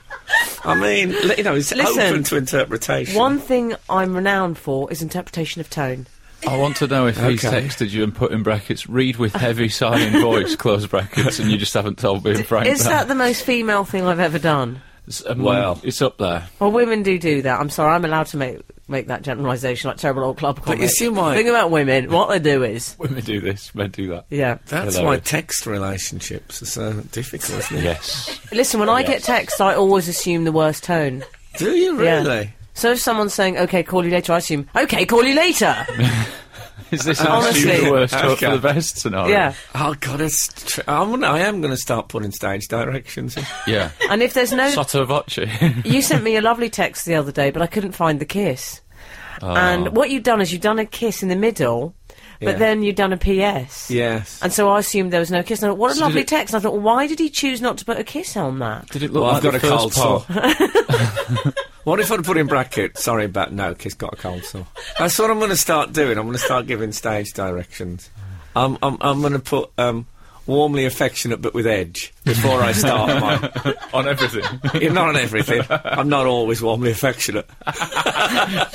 I mean, li- you know, it's
Listen.
open to interpretation.
One thing I'm renowned for is interpretation of tone.
I want to know if he's
Okay.
texted you and put in brackets, read with heavy sighing
(laughs)
voice, close brackets, and you just haven't told me in Frank
Is that the most female thing I've ever done?
It's, um,
Well.
it's up there.
Well, women do do that. I'm sorry, I'm allowed to make make that generalisation like terrible old club comic.
you see why-
Thing about women, what they do is,
Women do this, men do that.
yeah.
That's
Hello.
why text relationships are so difficult, isn't it?
Yes.
Listen, when
Oh,
I get texts, I always assume the worst tone.
Do you
Yeah.
really?
So if someone's saying, "Okay, call you later," I assume, "Okay, call you later."
(laughs) Is this
Uh, Honestly.
actually the worst hope
Okay.
for the best scenario?
yeah.
Oh God, it's tr- I'm, gonna- I am going to start putting stage directions. in.
(laughs)
Yeah.
And if there's no,
Sotto voce.
you sent me a lovely text the other day, but I couldn't find the kiss.
Oh.
And what you've done is you've done a kiss in the middle,
Yeah.
but then you've done a PS.
yes.
And so I assumed there was no kiss. And I thought, what a
So did
lovely
it-
text. And I thought, well, why did he choose not to put a kiss on that?
(laughs) Did it look
Well,
like
I've got
the
a cold
first
sore.
part?
(laughs) what if I'd put in bracket? Sorry about no, kid's got a cold sore. That's what I'm going to start doing. I'm going to start giving stage directions. I'm I'm, I'm going to put um, warmly affectionate but with edge before I start (laughs) mine.
on everything.
You're not on everything. I'm not always warmly affectionate.
(laughs)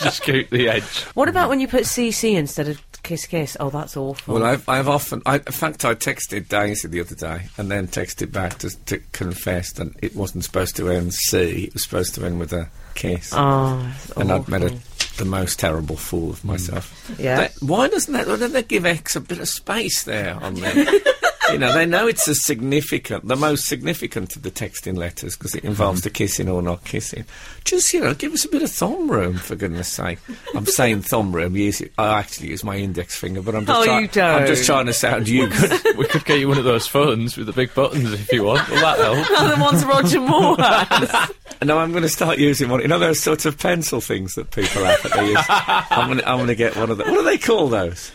Just keep the edge.
What about when you put CC instead of kiss kiss? Oh, that's awful.
Well, I've, I've often, I, in fact, I texted Daisy the other day and then texted back to, to confess that it wasn't supposed to end C, it was supposed to end with a kiss.
oh, it's
and I'd
awful. (laughs) Mm.
made a, the most terrible fool of myself.
Yeah.
That- why doesn't that, why don't they give X a bit of space there on
(laughs)
there? you know, they know it's a significant, the most significant of the texting letters because it involves
Mm-hmm.
the kissing or not kissing. Just, you know, give us a bit of thumb room, for goodness sake. I'm saying thumb room, use it, I actually use my index finger, but I'm just,
Oh,
try-
you don't.
I'm just trying to sound you
(laughs)
good.
We could get you one of those phones with the big buttons if you want. Will that help?
the
(laughs)
one's Roger Moore.
No, I'm going to start using one. You know those sorts of pencil things that people have that they
(laughs)
use? I'm going to I'm going to get one of those. What do they call those?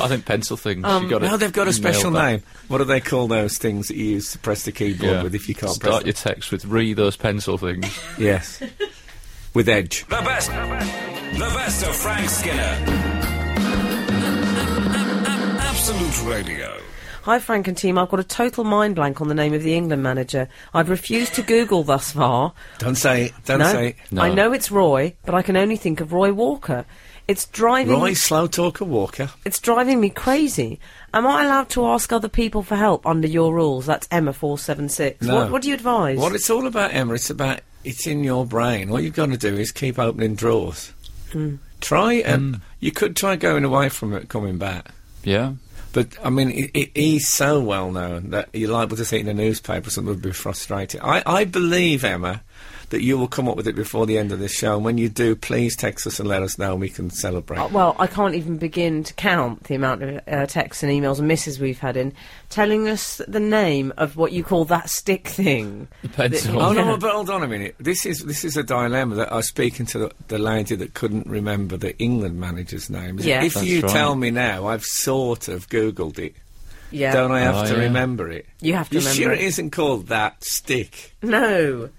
I think pencil things. you got
No, Um, they've got a special name. What do they call those things that you use to press the keyboard with if you can't
Start
press
your text with re those pencil
(laughs)
things.
them? Yes. with edge.
The best, the best of Frank Skinner. Absolute Radio.
Hi, Frank and team. I've got a total mind blank on the name of the England manager. I've refused to Google thus far.
Don't say it. Don't
No,
say it.
No.
I know it's Roy, but I can only think of Roy Walker. It's driving.
Roy Slow Talker Walker.
It's driving me crazy. Am I allowed to ask other people for help under your rules? That's Emma four seven six.
No.
What, what do you advise?
What it's all about, Emma, it's about it's in your brain. What you've got to do is keep opening drawers.
Mm.
Try and
Mm.
you could try going away from it, coming back.
Yeah.
But I mean, it, it, he's so well known that you're liable to see it in a newspaper. Something would be frustrating. I, I believe Emma that you will come up with it before the end of this show. And when you do, please text us and let us know, and we can celebrate.
Uh, well, I can't even begin to count the amount of uh, texts and emails and misses we've had in telling us the name of what you call that stick thing.
The pencil.
Oh no! But hold on a minute. This is this is a dilemma that I was speaking to the, the lady that couldn't remember the England manager's name.
Yeah.
if
That's
you
right.
tell me now, I've sort of googled it.
Yeah.
Don't I have
Oh,
to
yeah.
remember it?
You have to
You
remember
sure
it.
it isn't called that stick?
No.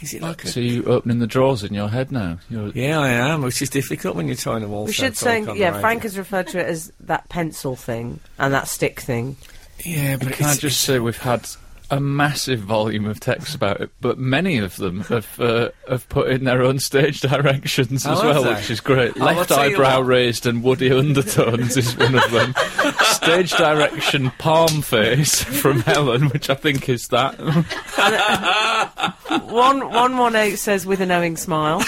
Is it like a?
So you opening the drawers in your head now? You're-
Yeah, I am. Which is difficult when you're trying to also
We should
talk
say,
on the
yeah,
radio.
Frank has referred to it as that pencil thing and that stick thing.
Yeah, but
Can I just say we've had a massive volume of texts about it, but many of them have uh, have put in their own stage directions
Oh,
as
have
well,
they?
which is great.
I'll
Left
tell you
eyebrow
what.
raised and woody undertones is one of
(laughs)
them. stage direction palm face from Helen, which I think is that.
One one one eight says with a knowing (laughs) smile.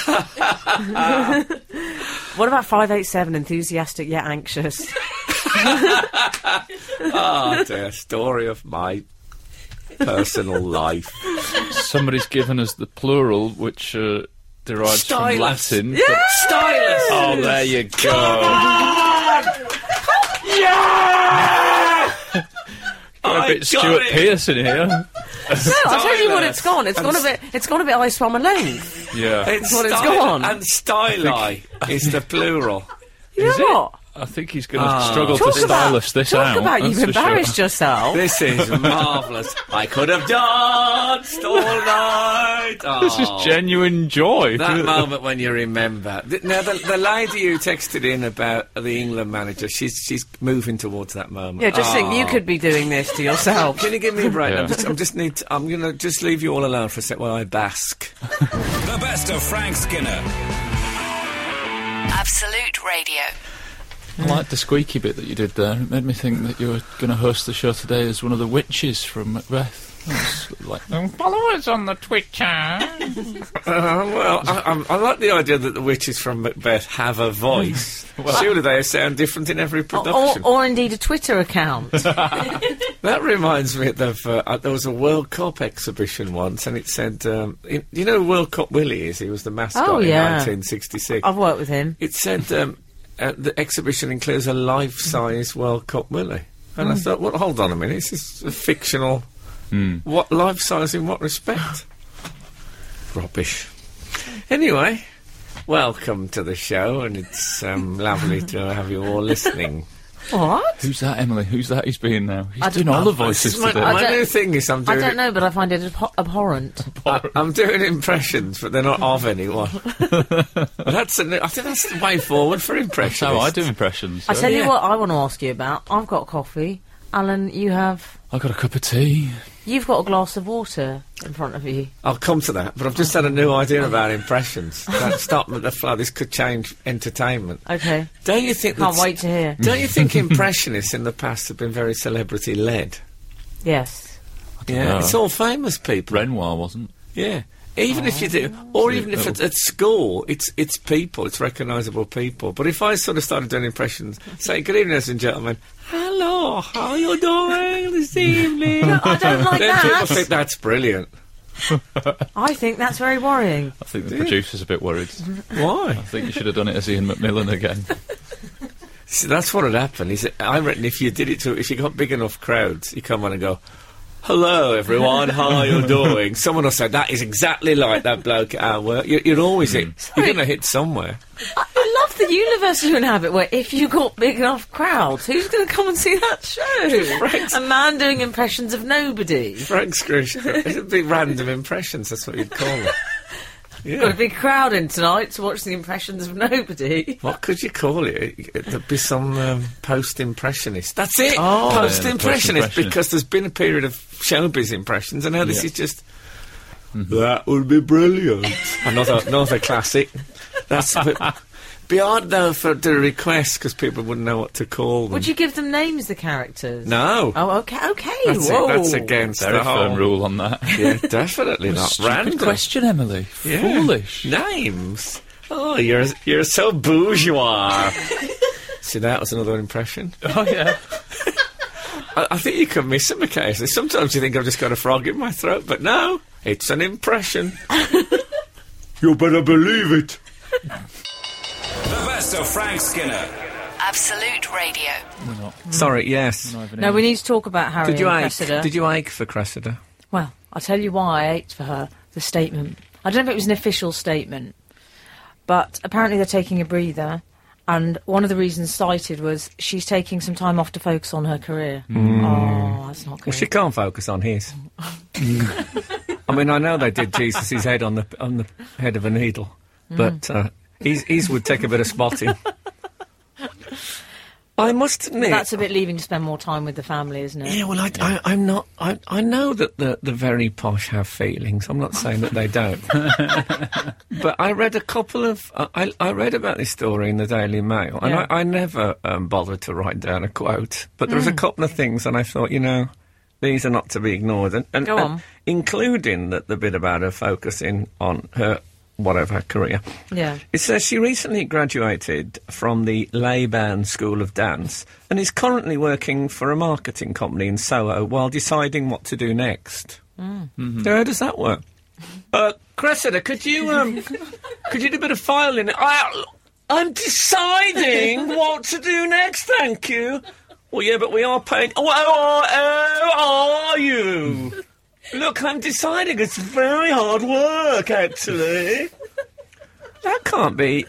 what about five eight seven? Enthusiastic yet anxious.
Ah, (laughs) dear, story of my (laughs) personal life.
Somebody's given us the plural, which uh, derives from
Stylus.
Latin.
Stylus.
Oh, there you
(laughs)
go. Got
I
a bit
got
Stuart
it.
Pearce in here.
No, I tell you what,
Stylus.
it's gone. It's
And
gone a
s-
bit. It's gone a bit. I swam alone.
Yeah.
It's
Well, it's
styli- (laughs)
gone.
And styli is the plural.
You know what?
I think he's going to
Ah.
struggle
Talk
to style
about,
us this
talk
out.
about
that's
you've
for sure.
embarrassed
(laughs)
yourself.
This is marvellous. I could have danced (laughs) all night.
This is
Oh.
genuine joy.
That moment when you remember. Th- Now, the, the lady who texted in about the England manager, she's she's moving towards that moment.
Yeah, just think you
Oh.
could be doing this to
(laughs)
yourself.
Can you give me a break?
Yeah.
I'm, just, I'm just need. To, I'm gonna just leave you all alone for a sec while I bask. Uh,
The best of Frank Skinner.
Absolute Radio.
I like the squeaky bit that you did there. It made me think that you were going to host the show today as one of the witches from Macbeth. That was like, "Oh, follow us on the Twitter.
Uh, well, I, I'm- I like the idea that the witches from Macbeth have a voice. Surely they sound different in every (laughs)
Or,
production.
or, or indeed a Twitter account.
That reminds me of uh, uh, there was a World Cup exhibition once, and it said, um, in, "You know, who World Cup Willie is. He was the mascot
Oh,
in
yeah.
1966."
I've worked with him.
It said um, uh, the exhibition includes a life-size World Cup Willie, and I
Hmm.
thought, "Well, hold on a minute. This is a fictional.
Hmm.
What life-size in what respect? Rubbish." Anyway, welcome to the show, and it's
(laughs)
um, lovely to have you all listening.
What?
Who's that, Emily? Who's that he's being now? He's
I
doing
don't
all
know.
the voices
my,
today.
I
my
don't-
new thing is I'm
I
doing it-
don't know, but I find it abhor- abhorrent.
I, I'm doing impressions, but they're not of
(laughs)
anyone. that's a new, I think that's the way forward for
That's
impressions.
how I do impressions.
I
so.
tell
Yeah.
you what I want to ask you about. I've got coffee. Alan, you have.
I got a cup of tea.
You've got a glass of water in front of you.
I'll come to that, but I've just had a new idea about
(laughs)
impressions. That stop at the flow. This could change entertainment.
Okay.
Don't you think?
Can't
that's-
wait to hear.
Don't you
(laughs)
think impressionists in the past have been very celebrity-led?
Yes.
Yeah,
know.
it's all famous people.
Renoir wasn't.
Yeah. Even if you do, or even if it's at school, it's it's people, it's recognisable people. But if I sort of started doing impressions, saying "Good evening, ladies and gentlemen," "Hello, how are you doing this
(laughs)
evening?"
I don't like
then people
that.
think that's brilliant.
I think that's very worrying.
I think the producer's a bit worried.
Why?
I think you should have done it as Ian McMillan again.
See, that's what would happen. Is it, I reckon if you did it to, if you got big enough crowds, you come on and go, "Hello, everyone, how are you doing?" Someone will say, "That is exactly like that bloke at our work." You, you're always hit. You're going to hit somewhere.
I, I love the universe you inhabit where if you got big enough crowds, who's going to come and see that
(laughs)
show? a man doing impressions of nobody.
Frank Scrooge. It'd be random impressions, that's what you'd call it. (laughs)
Got a
Yeah.
big crowd in tonight to watch the impressions of nobody.
What could you call it? There'd be some um, post impressionist. That's it!
Oh.
post
Yeah, the
impressionist,
post-impressionist.
because there's been a period of showbiz impressions, and now this
Yeah. Mm-hmm.
is just. That would be brilliant. (laughs) another, another classic. That's. a bit- (laughs) Be hard though for the request because people wouldn't know what to call them.
Would you give them names, the characters?
Hmm. No,
Oh, okay, okay.
that's,
whoa.
it. that's (laughs) against
Very
the whole
firm rule on that.
Yeah, definitely not
Stupid
random.
question, Emily.
Yeah.
Foolish.
Names. Oh, you're you're so (laughs) bourgeois. See, that was another impression.
Oh yeah.
I, I think you can miss them occasionally. Sometimes you think I've just got a frog in my throat, but no, it's an impression. (laughs) you better believe it.
The best of Frank Skinner.
Absolute Radio.
Sorry, yes.
No, we need to talk about Harry
Did you
and
ache?
Cressida.
Did you ache for Cressida?
Well, I'll tell you why I ached for her. The statement. I don't know if it was an official statement, but apparently they're taking a breather. And one of the reasons cited was she's taking some time off to focus on her career. Oh, that's not good.
Mm. She can't focus on
(laughs)
his. I mean, I know they did Jesus' head on the on the head of a needle,
Mm.
but uh, his his would take a bit of
(laughs)
spotting. I must admit,
That's a bit leaving to spend more time with the family, isn't it?
Yeah, well, I, I, am not. I, I know that the, the very posh have feelings. I'm not saying that they
(laughs)
don't. but I read a couple of. I, I- I read about this story in the Daily Mail, and
Yeah.
I, I never um, bothered to write down a quote. But there was a
Mm.
couple of things, and I thought, you know, these are not to be ignored. And, and,
Go
and
on.
including that the bit about her focusing on her whatever career.
Yeah.
It says she recently graduated from the Leiban School of Dance and is currently working for a marketing company in Soho while deciding what to do next. So how does that work? Uh, Cressida, could you um, could you do a bit of filing? I, I'm deciding what to do next. Thank you. Well, yeah, but we are paying. Oh, oh, oh, oh, are you? Look, I'm deciding. It's very hard work, actually. That can't be.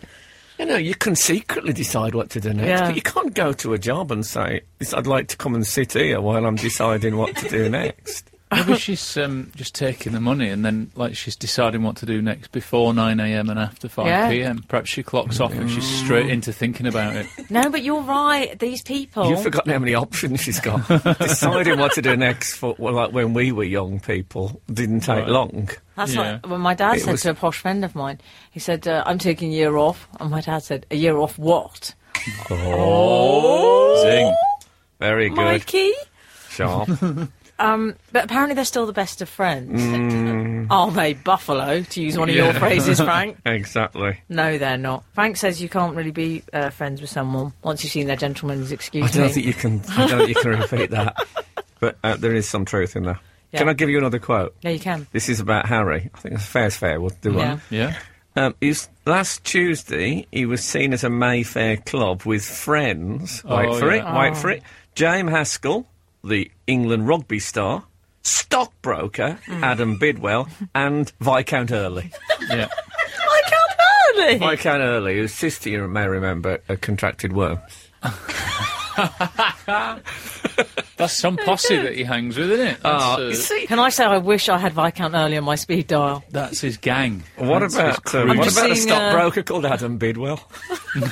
You know, you can secretly decide what to do next,
Yeah.
but you can't go to a job and say, "Yes, I'd like to come and sit here while I'm deciding what to do next.
(laughs) Maybe she's um, just taking the money and then, like, she's deciding what to do next before 9 a.m. and after 5
Yeah.
p.m. Perhaps she clocks off and she's straight into thinking about
(laughs)
it.
No, but you're right. These people.
You've forgotten how many options she's got. deciding what to do next for, well, like when we were young people, didn't take
Right.
long.
That's
Yeah.
what well, my dad
It
said
was-
to a posh friend of mine. He said, uh, "I'm taking a year off," and my dad said, "A year off what,
Zing.
Very good.
Mikey?"
Sharp.
But apparently, they're still the best of friends, are they? Buffalo, to use one of your
Yeah.
phrases, Frank.
exactly.
No, they're not. Frank says you can't really be uh, friends with someone once you've seen their gentleman's
I
excuse.
don't
me.
think you can. I don't think you can repeat that. But uh, there is some truth in there.
Yeah.
Can I give you another quote?
yeah, you can.
This is about Harry. I think that's fair's fair. We'll do
Yeah.
one.
Yeah.
Um, his last Tuesday, he was seen at a Mayfair club with friends. wait
Oh,
for
yeah.
it. Wait for it. James Haskell, the England rugby star, stockbroker
Hmm.
Adam Bidwell, and Viscount
(laughs)
Early.
Yeah.
I can't hardly.
Viscount Early, whose sister you may remember uh, contracted worms.
That's some posse that he hangs with, isn't
Oh.
it? That's,
You
uh,
see,
Can I say I wish I had Viscount early on my speed dial?
that's his gang.
What
That's his
about uh,
crew.
I'm
what
just
about a
seeing, uh,
stockbroker called Adam Bidwell?
(laughs)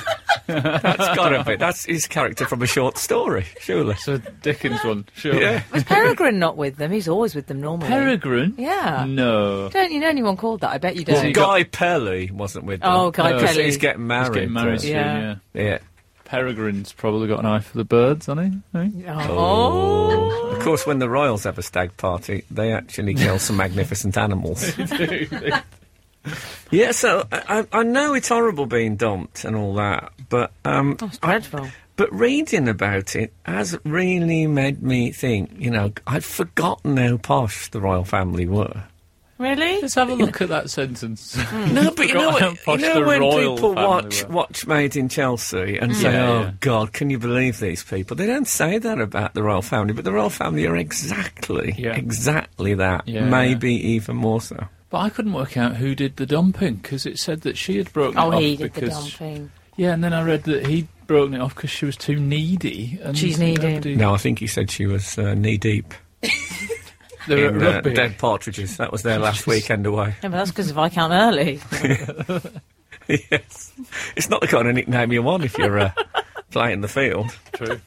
that's got to be that's his character from a short story, surely.
It's a Dickens one, sure.
Yeah.
Was Peregrine not with them? He's always with them normally.
Peregrine?
Yeah.
Mm. No.
Don't you know anyone called that? I bet you don't.
he got-
Guy Pelly wasn't with them.
Oh, Guy
No,
Kelly.
He's getting married. uh,
He's getting married soon,
Yeah.
yeah.
Yeah.
Peregrine's probably got an eye for the birds, hasn't he? Eh?
oh.
Of course, when the royals have a stag party, they actually kill some magnificent
(laughs)
animals. yeah, so I, I I know it's horrible being dumped and all that, but um,
That's dreadful.
But reading about it has really made me think, you know, I'd forgotten how posh the royal family
(laughs)
were.
Really?
Let's have a look at that (laughs) sentence.
No, but you know,
Forgotten how
what, you
posh
know
the
when
royal
people
family
watch
were. Mm.
watch Made in Chelsea and say,
Yeah,
"Oh
yeah.
God, can you believe these people?" They don't say that about the royal family, but the royal family are exactly,
Yeah.
exactly that.
Yeah,
maybe even more so.
But I couldn't work out who did the dumping because it said that she had broken it
Oh,
off
he did the
because
dumping.
yeah, and then I read that he'd broken it off because she was too needy. And
She's needy.
nobody-
No, I think he said she was uh, knee deep
They were
in uh,
at rugby.
dead partridges. That was their last weekend away. (laughs)
Yeah, but that's because if I count early.
yes, it's not the kind of nickname you want if
(laughs)
you're uh, playing the field.
True.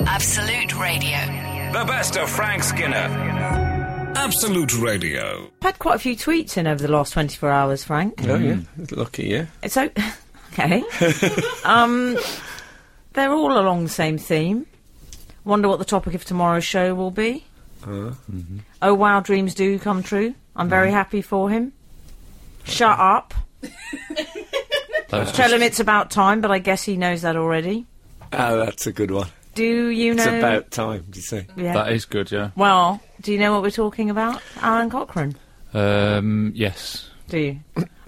Absolute Radio.
The best of Frank Skinner. Absolute Radio.
I've had quite a few tweets in over the last 24 hours, Frank.
Oh yeah, lucky yeah.
It's o- (laughs) okay.
(laughs)
um, they're all along the same theme. Wonder what the topic of tomorrow's show will be.
Uh-huh.
Oh wow, dreams do come true. I'm very
Mm-hmm.
happy for him. Shut up. Tell him it's about time, but I guess he knows that already.
Oh, that's a good one.
Do you know?
It's about time. Do you see?
Yeah.
That is good. Yeah.
Well, do you know what we're talking about, Alan Cochrane?
Um, yes.
Do you?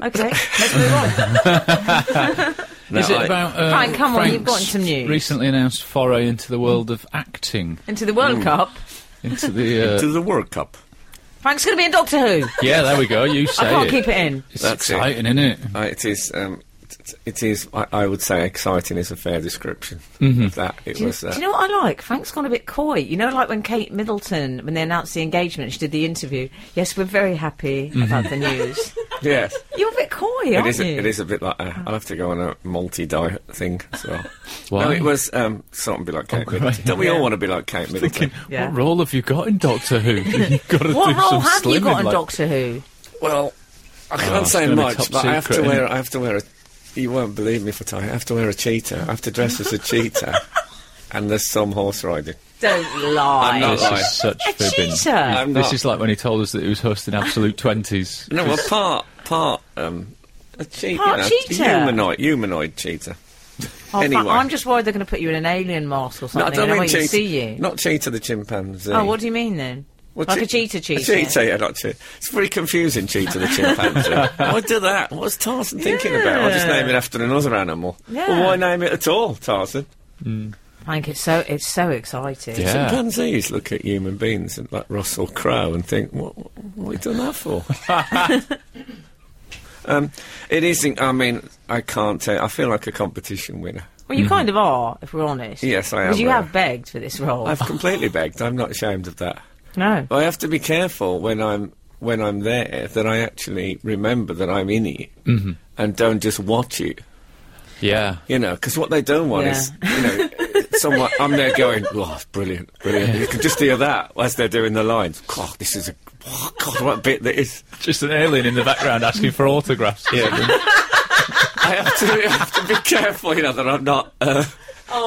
Okay, let's move
(laughs)
on.
is it about uh,
Frank, come on, you've
Frank's
got some news.
Recently announced foray into the world of acting.
Into the World Cup.
Into (laughs) the uh,
the World Cup.
Frank's going to be in Doctor Who.
yeah, there we go. You
I
say
can't
it.
keep it in.
It's
That's it.
exciting, isn't it?
Uh, it is. Um, it, it is. I, I would say exciting is a fair description. of That it
Do you,
was. Uh,
do you know what I like? Frank's gone a bit coy. You know, like when Kate Middleton, when they announced the engagement, she did the interview. Yes, we're very happy about the
(laughs)
news.
yes,
You're a bit coy,
Mm-hmm. it
aren't
is.
you?
A, it is a bit like. Uh, I'll have to go on a multi-diet thing as well.
Why?
No, it was um, something be like Kate
Oh,
Middleton.
great.
Don't we
Yeah.
all want to be like Kate Middleton?
Yeah.
What role have you got in Doctor Who? (laughs) You've got to
What
do
role
some
have you
slimming,
got in
like-
(laughs)
Doctor Who?
Well, I can't
it's
say
gonna be
much, but
top
I have to
secret,
wear.
innit?
I have to wear a. You won't believe me for time. I have to wear a cheetah. I have to dress as a
(laughs)
cheetah, and there's some horse riding.
Don't lie.
I'm not
This
lying.
is such
a
fibbing.
cheater.
I'm
This
not.
is like when he told us that he was hosting Absolute Twenties.
No, well, part part um, a cheetah,
Part
you know,
cheetah.
humanoid, humanoid cheetah.
Oh, Frank,
anyway.
I'm just worried they're going to put you in an alien mask or something. and when you see you.
Not cheetah, the chimpanzee.
oh, what do you mean then?
Well,
like
che-
a cheetah cheetah.
A cheetah, yeah, not cheetah. It's very confusing, cheetah, the
(laughs)
chimpanzee. why do that? What's Tarzan thinking about? I'll just
Yeah.
name it after another animal.
Yeah.
Well, why name it at all, Tarzan?
Frank, it's so it's so exciting.
Yeah.
Chimpanzees look at human beings
(laughs)
and like Russell Crowe and think, what, what, what have we done that for? Um, it isn't. I mean, I can't. Tell, I feel like a competition winner.
Well, you kind of are, if we're honest.
Mm-hmm. Yes, I am,
Because you
uh,
have begged for this role.
I've completely begged. I'm not ashamed of that.
no.
I have to be careful when I'm when I'm there that I actually remember that I'm in it and don't just watch it.
Yeah.
You know, because what they don't want
Yeah.
is you know someone. I'm there going, oh, it's brilliant, brilliant. You can just hear that as they're doing the lines. God, this is a oh, God, what bit that is.
Just an alien in the background asking for autographs. Yeah.
(laughs) I have to, I have to be careful, you know, that I'm not. Uh,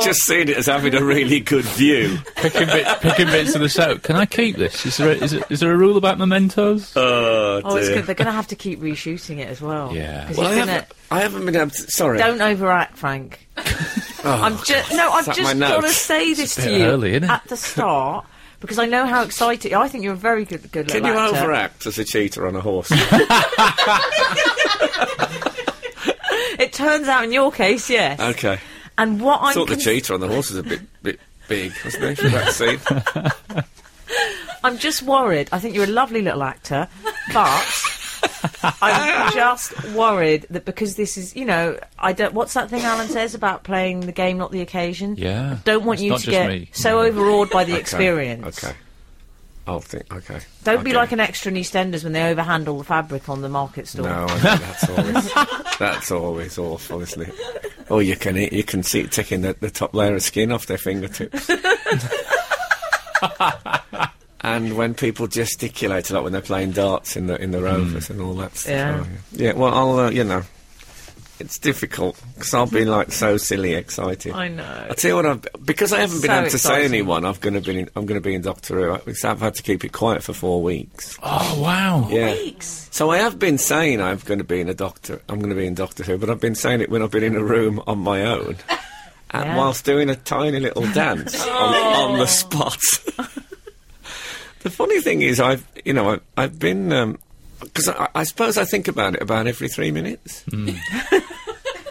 Just seeing it as having a really good view.
picking, bit, picking bits of this out. Can I keep this? Is there a, is it, is there a rule about mementos?
Oh,
Oh, it's
dear.
good. They're going to have to keep reshooting it as well.
Yeah.
'Cause
Well, I
he's gonna-
haven't, I haven't been able to. Sorry.
Don't overact, Frank.
(laughs)
I'm
Oh,
just no. I've
that
just
my
got to
notes?
say this
bit
to you
early, isn't it?
at the start because I know how excited. I think you're a very good good.
Can you
little actor.
overact as a cheater on a
(laughs)
horse?
It turns out in your case,
Uh,
yes.
okay.
And what I'm
thought the
con-
cheetah on the horse was a bit bit big, wasn't it? For that
(laughs)
scene.
I'm just worried. I think you're a lovely little actor, but
(laughs)
I'm just worried that because this is, you know, I don't. What's that thing Alan says about playing the game, not the occasion?
Yeah.
I don't want
It's
you
not
to
just
get
me.
so overawed
(laughs)
by the
Okay,
experience.
Okay. I'll think. Okay.
Don't be
Okay.
like an extra in EastEnders when they overhandle the fabric on the market stall.
No, I know, that's
(laughs)
always that's always awful, isn't it? Or you can eat- you can see it taking the, the top layer of skin off their
(laughs)
fingertips. and when people gesticulate a lot when they're playing darts in the in the rovers and all that stuff.
Mm. Yeah.
oh, yeah. Yeah, Well, I'll uh, you know, it's difficult because I'll be like so silly excited.
(laughs) I know.
(laughs) I tell you what, I've, because I haven't been
So
able to say
exciting.
anyone, I've going to be in, I'm going to be in Doctor Who. I- because I've had to keep it quiet for four weeks.
Oh, wow.
yeah. So I have been saying I'm going to be in a Doctor. I'm going to be in Doctor Who, but I've been saying it when I've been in a room on my
(laughs)
own, and
Yeah. Oh.
whilst doing a tiny
(laughs)
little dance on, on the spot. (laughs) the funny thing is, I've you know I've, I've been because I, I suppose I think about it about every three minutes.
(laughs)
but I've
Mm.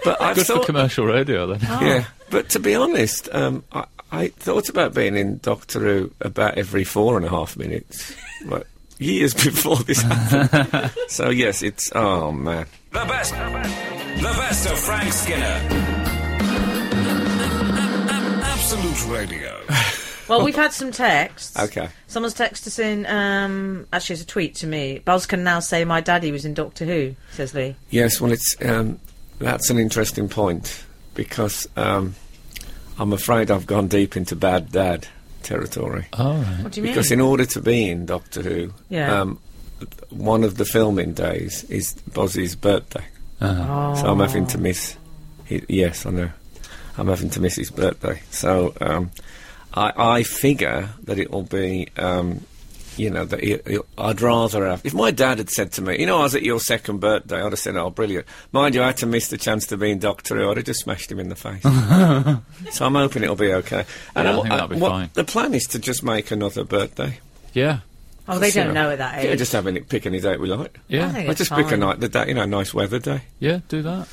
Good for
thought-
commercial radio then.
yeah, but to be honest, um, I, I thought about being in Doctor Who about every four and a half minutes, like years (laughs) before this happened. so yes, it's oh man,
The best, the best of Frank Skinner. Absolute Radio.
Well, we've had some texts.
Okay.
Someone's texted us in, um, actually, it's a tweet to me. Buzz can now say my daddy was in Doctor Who, says Lee.
yes. Well, it's um, that's an interesting point because um, I'm afraid I've gone deep into bad dad territory.
All right.
What do you mean?
Because in order to be in Doctor Who,
Yeah.
um, one of the filming days is Bozzy's birthday. So I'm having to miss. hi- yes, I know. I'm having to miss his birthday. So um, I, I figure that it will be. Um, you know, that he- he'll- I'd rather have. If my dad had said to me, you know, I was at your second birthday, I'd have said, oh, brilliant. Mind you, I had to miss the chance to be in Doctor Who, I'd have just smashed him in the
(laughs)
face. so I'm hoping it'll be okay.
Yeah, I
I'm-
think that'll be
what-
fine.
The plan is to just make another birthday.
Yeah.
oh, they
You
don't know at that age.
Yeah, just having it, picking a date we like.
I
Yeah.
think
I
it's
just pick a
fine.
night, the day, you know, nice weather day.
Yeah, do that.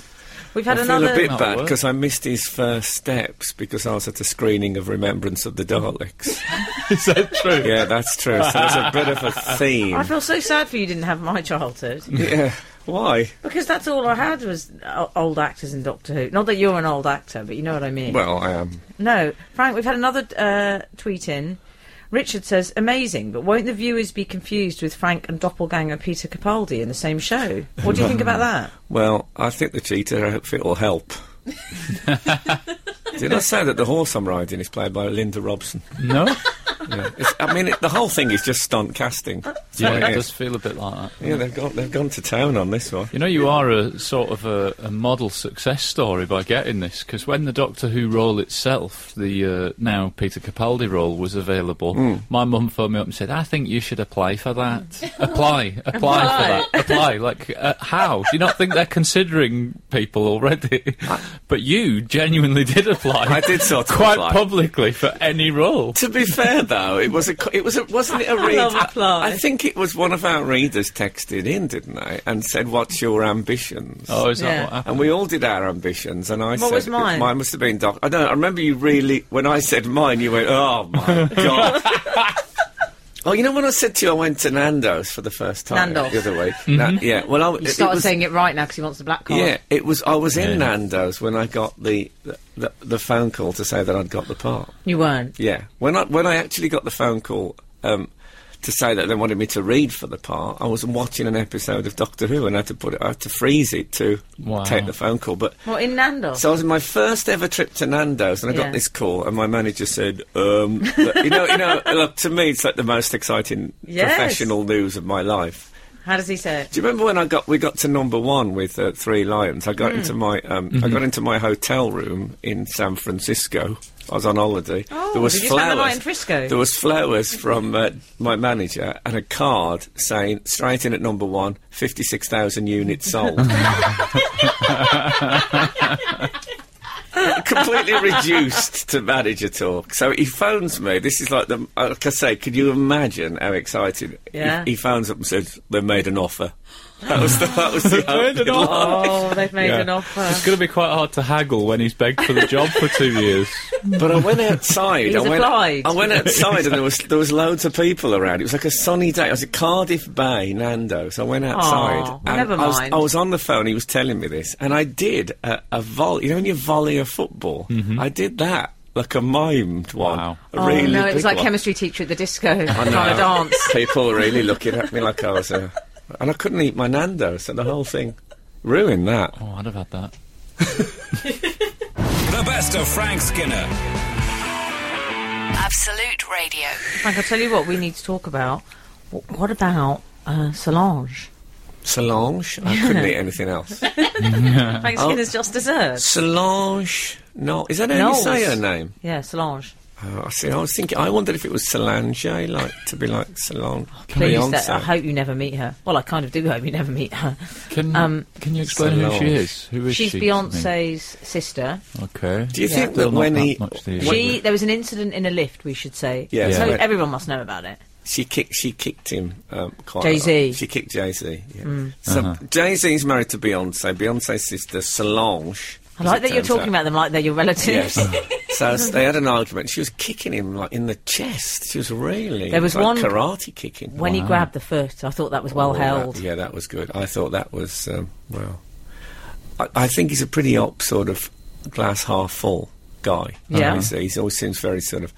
We've had
I feel
another.
a bit
That'll
bad
work.
because I missed his first steps because I was at a screening of Remembrance of the Daleks.
(laughs) Is that true?
yeah, that's true. So there's a bit of
(laughs)
a
I
theme.
feel so sad for you didn't have my
(laughs)
childhood.
yeah. Why?
because that's all I had was o- old actors in Doctor Who. Not that you're an old actor, but you know what I mean.
Well, I am.
No, Frank, we've had another uh, tweet in. Richard says, amazing, but won't the viewers be confused with Frank and doppelganger Peter Capaldi in the same show? What do you think (laughs) about that?
Well, I think the cheetah outfit will
(laughs)
help. Did I say that the horse I'm riding is played by Linda Robson?
No?
Yeah. It's, I mean, it, the whole thing is just stunt casting.
Yeah,
Yeah.
it does feel a bit like that.
Yeah, they've gone, they've gone to town on this one.
You know, you are a sort of a, a model success story by getting this, because when the Doctor Who role itself, the uh, now Peter Capaldi role, was available,
Hmm.
my mum phoned me up and said, "I think you should apply for that. apply, apply for that. Apply. Like, uh, how? Do you not think they're considering people already? (laughs) but you genuinely did apply.
I did sort of
(laughs) quite
apply.
publicly for any role.
To be fair, though, it was a co- it was a, wasn't
(laughs)
it a read?
love a fly.
I, I think it was one of our readers texted in, didn't they, and said, "What's your ambitions?"
Oh, is that
Yeah.
what happened?
And we all did our ambitions, and I said,
was mine?
Mine must have been Doc.
(laughs)
I don't. know, I remember you really when I said mine, you went, "Oh my god." Oh, you know when I said to you I went to Nando's for the first time
Nando's.
the other week? Na-
Mm-hmm.
yeah, well, I,
You
it- it
started
was-
saying it right now because he wants the black card.
Yeah, it was. I was in
Yeah.
Nando's when I got the, the the phone call to say that I'd got the part.
You weren't.
Yeah, when I when I actually got the phone call um, to say that they wanted me to read for the part, I was watching an episode of Doctor Who and I had to put it, I had to freeze it to
Wow.
take the phone call. But
Well, in Nando's.
so I was in my first ever trip to Nando's, and I
Yeah.
got this call, and my manager said, um, that- "You know, you know, look, to me, it's like the most exciting
(laughs) Yes.
professional news of my life."
How does he say
(laughs)
it?
Do you remember when I got we got to number one with uh, Three Lions? I got
Hmm.
into my um,
Mm-hmm.
I got into my hotel room in San Francisco. I was on holiday.
Oh, did you spend the night in Frisco?
There was flowers from uh, my manager and a card saying straight in at number one, 56,000 units sold. (laughs) Completely reduced to manager talk. So he phones me. This is like the uh, like I say. Can you imagine how excited
Yeah.
he, he phones up and says they made an offer. That was the, that was
(laughs)
the
made an
opening line.
offer.
Oh, they've made
Yeah. It's
an offer.
going to be quite hard to haggle when he's begged for the job for two
(laughs)
years.
But I went outside.
He's
I went,
applied.
I went outside and there was there was loads of people around. It was like a sunny day. I was at Cardiff Bay, Nando. So I went outside.
Aw,
and
never
I was,
mind.
I was on the phone. He was telling me this, and I did a, a volley. You know when you volley a football, I did that like a mimed one.
Mm-hmm. Wow.
A
Oh,
really
no, it was
big
like
one.
chemistry teacher at the disco trying to
I know.
dance.
People were really looking at me like I was a. And I couldn't eat my Nando, so the whole thing ruined that.
Oh, I'd have had that.
The best of Frank Skinner.
Absolute Radio.
Frank, I'll tell you what we need to talk about. Wh- What about uh, Solange?
Solange, I couldn't eat anything else.
Frank
Oh.
Skinner's just dessert.
Solange, no, is that how you
Knowles.
say her name?
Yeah, Solange.
Oh, I see. I was thinking. I wondered if it was Solange, eh, like to be like Solange.
(laughs) Please, that,
Beyonce.
I hope you never meet her. Well, I kind of do hope you never meet her.
Can
Um,
Can you explain who she
Solange.
is? Who is
She's
she? to me?
Beyonce's sister.
Okay.
Do you
Yeah.
think
Still
that
not
when
that
he
much these
when
days.
She, there was an incident in a lift, we should say.
Yeah,
so
yeah.
everyone must know about it.
she kicked she kicked him um, quite
Jay-Z. Mm. Uh-huh.
a lot. She kicked Jay Z. Yeah. So Jay Z's married to Beyonce. Beyonce's sister Solange.
I
as
like
it
that you're
turns
talking
out. (laughs)
about them like they're your relatives.
Yes. so s- they had an argument. She was kicking him like in the chest. She was really
There was
like,
one-
karate kicking.
(laughs) When he grabbed the foot, I thought that was well
Oh, that-
held.
yeah, that was good. I thought that was um, well. I, I think he's a pretty op sort of glass half full guy.
Yeah.
Obviously. he's always seems very sort of,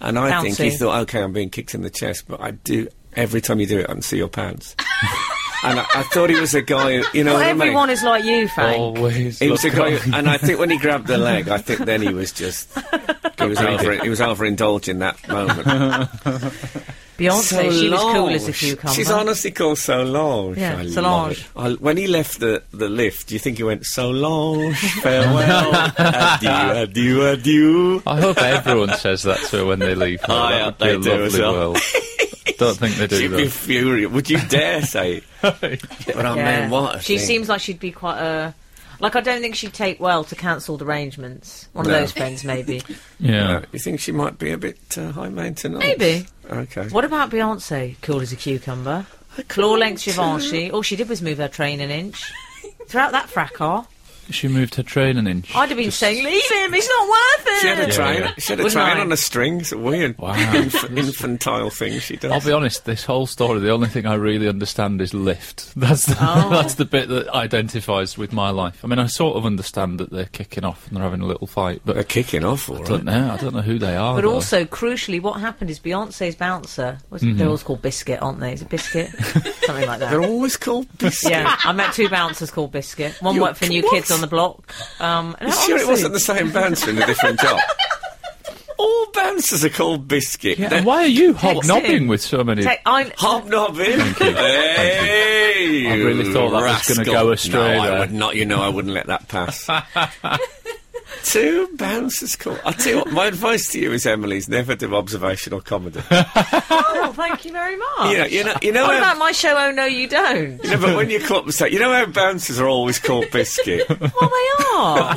and I think
Bouncy.
he thought, okay, I'm being kicked in the chest, but I do every time you do it, I can see your
(laughs)
pants. and I, I thought he was a guy, who, you know,
Well,
what I
everyone
mean?
is like you, Frank.
Oh, Always.
He was a
look
guy,
up.
who- and I think when he grabbed the leg, I think then he was just he was over he was overindulging that moment.
Beyonce, she was cool as a
Solange.
cucumber.
She's honestly called Solange.
Yeah,
I love
Solange.
it. I, when he left the, the lift, do you think he went, Solange, farewell, adieu,
(laughs)
adieu, adieu?
I hope everyone says that to her when they leave. Her.
Oh,
That
yeah,
would
they
be
do
a lovely
as well. (laughs)
world. Don't think they do
She'd be
though.
furious. Would you dare say
(laughs)
it? But I
Yeah.
mean, what a
she
thing.
seems like she'd be quite a. Like, I don't think she'd take well to cancelled arrangements. One
No.
of those
(laughs)
friends, maybe.
Yeah.
Uh, you think she might be a bit uh, high maintenance?
Maybe.
Okay.
What about Beyonce? Cool as a cucumber. Claw length Givenchy. All she did was move her train
(laughs)
an inch. Throughout that fracas,
She moved her train an inch.
I'd have been saying, "Leave him. He's not worth it."
She had a
Yeah,
train.
yeah.
She had a
Wouldn't
train
I?
on a string. It's a weird,
Wow.
inf- infantile thing she does.
I'll be honest. This whole story, the only thing I really understand is lift. (laughs) That's the,
Oh.
that's the bit that identifies with my life. I mean, I sort of understand that they're kicking off and they're having a little fight, but
They're kicking off, all
I don't
right.
know. I don't know who they are.
But
though.
also, crucially, what happened is Beyonce's bouncer. Was, They're all called Biscuit, aren't they? Is
(laughs)
it Biscuit? Something like
Mm-hmm. They're
that.
always called biscuit.
Yeah, I met two bouncers called Biscuit. One
You-
worked for New
what?
Kids on the Block. Um, and
You sure it
honestly-
wasn't the same bouncer in a different job? (laughs) All bouncers are called biscuit.
Yeah,
They're
and why are you hobnobbing
Texting.
with so many?
Te- I,
(laughs) Hobnobbing. Hey,
I really thought that was gonna go astray
No, I
there.
would not. You know, I wouldn't let that (laughs) pass. Two bouncers called. I tell you what, my advice to you is, Emily, is never do observational (laughs) comedy.
oh, thank you very much.
you know, you know, you know.
What
how-
about my show? Oh no, you don't.
you know, but when you come up and say, you know how bouncers are always called (laughs) biscuit.
Well, they are.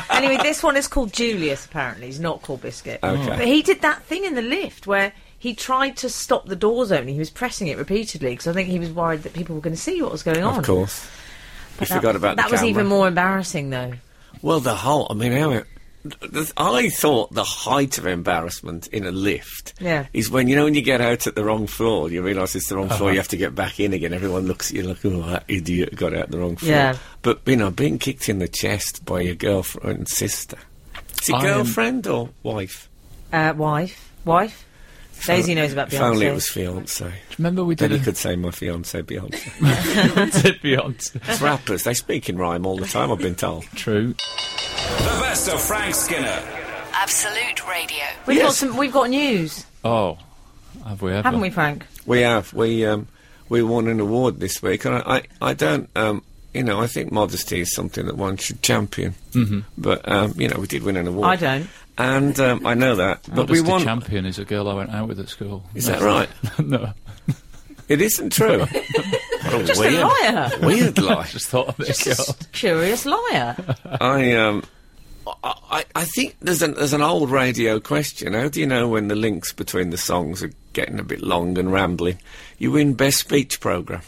(laughs) anyway, this one is called Julius. Apparently, he's not called Biscuit.
Okay.
But he did that thing in the lift where he tried to stop the doors opening. He was pressing it repeatedly because I think he was worried that people were going to see what was going on.
Of course. You forgot about
that
the
was
camera.
even more embarrassing, though.
Well, the whole. I mean, how th- I thought the height of embarrassment in a lift
Yeah.
is when you know when you get out at the wrong floor, you realise it's the wrong
Uh-huh.
floor, you have to get back in again. Everyone looks at you like, oh, that idiot got out the wrong floor.
Yeah.
But you know, being kicked in the chest by your girlfriend and sister. Is it
I am-
girlfriend or wife?
Uh, wife. Wife. Daisy knows about
If only it
Beyonce.
was fiance.
Remember we
Then
did
you
a
could say my fiance Beyonce.
(laughs) did Beyonce.
it's rappers. They speak in rhyme all the time. I've been told.
True.
The best of Frank Skinner.
Absolute Radio.
We've got
Yes.
some. We've got news,
Oh, have we ever?
haven't we, Frank?
We have. We um, we won an award this week, and I, I, I don't um, you know I think modesty is something that one should champion. Mm-hmm. But um, you know we did win an award.
I don't.
And um, I know that, but we
Modesty
won.
champion is a girl I went out with at school.
Is that right?
(laughs) no,
It isn't true. What a
(laughs) Just
weird,
a liar.
weird
I
lie.
just thought of this
Just a
girl.
s- curious liar.
I um. I, I- I think there's an there's an old radio question. How do you know when the links between the songs are getting a bit long and rambling? You win best speech
(laughs)
program,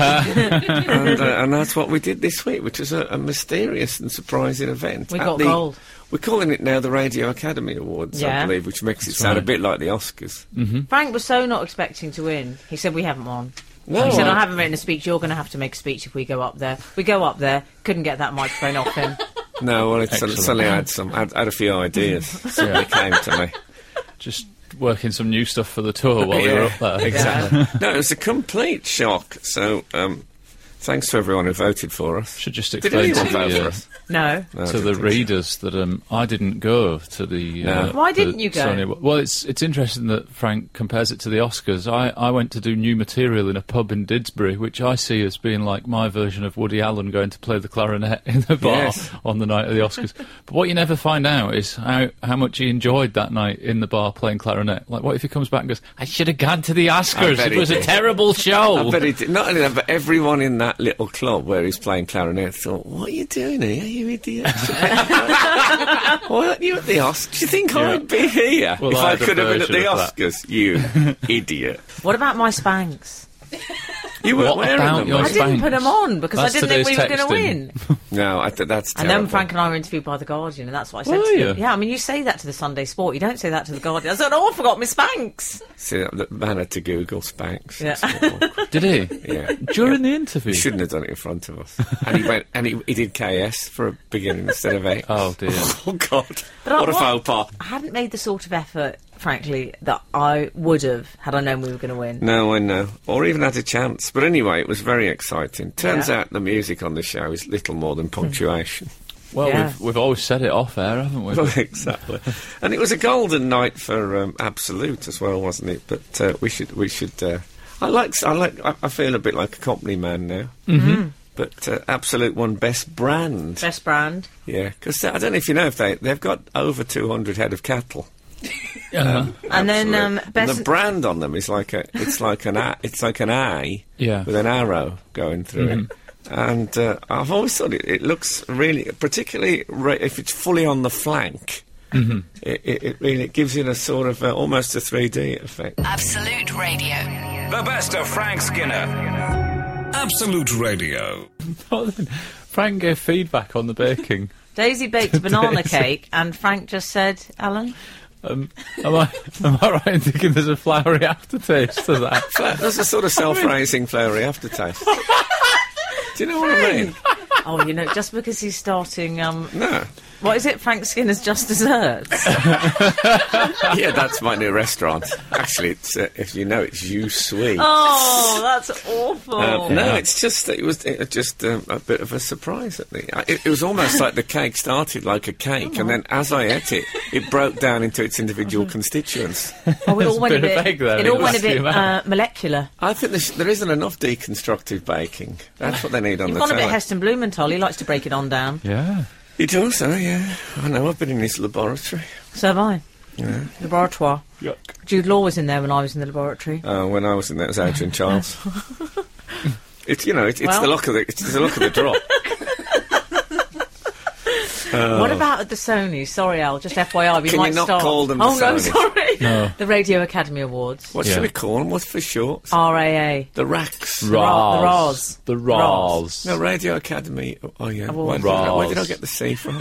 and, uh, and that's what we did this week, which was a, a mysterious and surprising event.
We
At
got
the-
gold.
We're calling it now the Radio Academy Awards, I
Yeah.
believe, which makes it sound a
right.
bit like the Oscars.
Frank was so not expecting to win. He said, "We haven't won."
No,
he said,
I-
"I haven't written a speech. You're going to have to make a speech if we go up there." We go up there. Couldn't get that microphone off (laughs) him.
no. Well, it's,
Excellent.
suddenly I had some, I had, I had a few ideas.
(laughs)
Suddenly came to me.
Just working some new stuff for the tour while we
Yeah,
were up there.
Exactly. (laughs) no, it was a complete shock. So, um, thanks to everyone who voted for us.
Should just
Did
explain to
anyone
the,
vote for
uh,
us?
No.
No, I don't
to the
think so.
readers that um, I didn't go to the. Uh,
No.
Why
the
didn't you go?
Sony- well, it's it's interesting that Frank compares it to the Oscars. I, I went to do new material in a pub in Didsbury, which I see as being like my version of Woody Allen going to play the clarinet in the bar
Yes.
on the night of the
(laughs)
Oscars. but what you never find out is how how much he enjoyed that night in the bar playing clarinet. Like, what if he comes back and goes, "I should have gone to the Oscars.
bet
It
he
was a
did."
terrible
(laughs)
show."
I bet he did. Not only that, but everyone in that little club where he's playing clarinet thought, "What are you doing here, you
(laughs)
idiot? (laughs) Why aren't you at the Oscars? Do you think I'd be here
Well,
if
I
I,
had a
could have been at
version
the
of that.
Oscars? You
(laughs)
idiot!
What about my spanks?
You weren't
What
wearing
about
them.
your
I
mate.
didn't put
Spanks.
them on because
That's
I didn't think we
today's
were going to
texting.
win.
No, I th- that's
And
terrible.
then Frank and I were interviewed by The Guardian, and that's what I said
Were
to them.
you?
Yeah, I mean, you say that to The Sunday Sport, you don't say that to The Guardian. I said, oh, I forgot Miss Banks.
See, that- that man had to Google Spanx.
Yeah.
It's awful.
(laughs)
Did
(laughs)
he?
yeah.
During the interview.
He shouldn't have done it in front of
(laughs)
us. And he went and he, he did KS for a beginning instead of X.
(laughs) Oh dear.
(laughs) Oh, God.
But I-
what a
what-
faux pas.
I hadn't made the sort of effort, frankly, that I would have had I known we were going to win.
No, I know. Or even had a chance. But anyway, it was very exciting. Turns
Yeah.
out the music on the show is little more than punctuation. (laughs)
Well,
Yeah.
we've we've always said it off air, haven't we?
Well, exactly. And it was a golden night for um, Absolute as well, wasn't it? But uh, we should, we should. Uh, I like, s- I like, I, I feel a bit like a company man now. Mm-hmm. But uh, Absolute won best brand.
Best brand.
Yeah, because I don't know if you know if they they've got over two hundred head of cattle.
Uh-huh.
And then um,
Absolute. And
best
the brand on them is like a it's like an a, it's like an eye
Yeah.
with an arrow going through it. And uh, I've always thought it, it looks really, particularly ra- if it's fully on the flank, it, it, it really it gives it a sort of uh, almost a three D effect.
Absolute Radio.
The best of Frank Skinner. Absolute Radio.
Well, then, Frank gave feedback on the baking.
Daisy (laughs) baked banana cake, and Frank just said, Alan?
Um, am I am I right in thinking there's a flowery aftertaste to that?
But There's a sort
(laughs)
of self-raising flowery aftertaste. Do you know what I mean?
Oh, you know, just because he's starting, um,
No.
what is it, Frank Skinner's Just Desserts?
(laughs) Yeah, that's my new restaurant. Actually, it's uh, if you know, it's you sweet.
(laughs) oh, that's awful.
Um, No, it's just it was it, was just um, a bit of a surprise at me. I, it, it was almost like the cake started like a cake, and then
Oh.
as I ate it, it broke down into its individual
Uh-huh.
constituents.
oh, it all went a
bit of
bit,
egg there,
it all
it
went
was
a
(laughs)
too
bit uh,
bad.
molecular.
I think there, sh- there isn't enough deconstructive baking. That's what they need on
You've
the
gone a bit
telly.
Heston Blumenthal. He likes to break it on down.
Yeah.
It does, oh yeah. I know. I've been in his laboratory
So have I. Laboratoire.
Yuck.
Jude Law was in there when I was in the laboratory.
uh, when I was in that. It was
(laughs)
Adrian Charles. it's you know, it, it's the
Well.
luck of the it's the luck of the draw.
(laughs) What about at the Sony? Sorry, Al. Just FYI, we
Oh. Can you
might
not
start.
call them the
oh no,
Sonys?
sorry. (laughs) The Radio Academy Awards.
What
Yeah.
should we call them? What's for short?
RAA.
The racks.
Ra- the Ras.
The Ras.
No, Radio Academy. Oh, yeah.
all
Why did, I, why did I
(laughs)
Roz.
get the C from?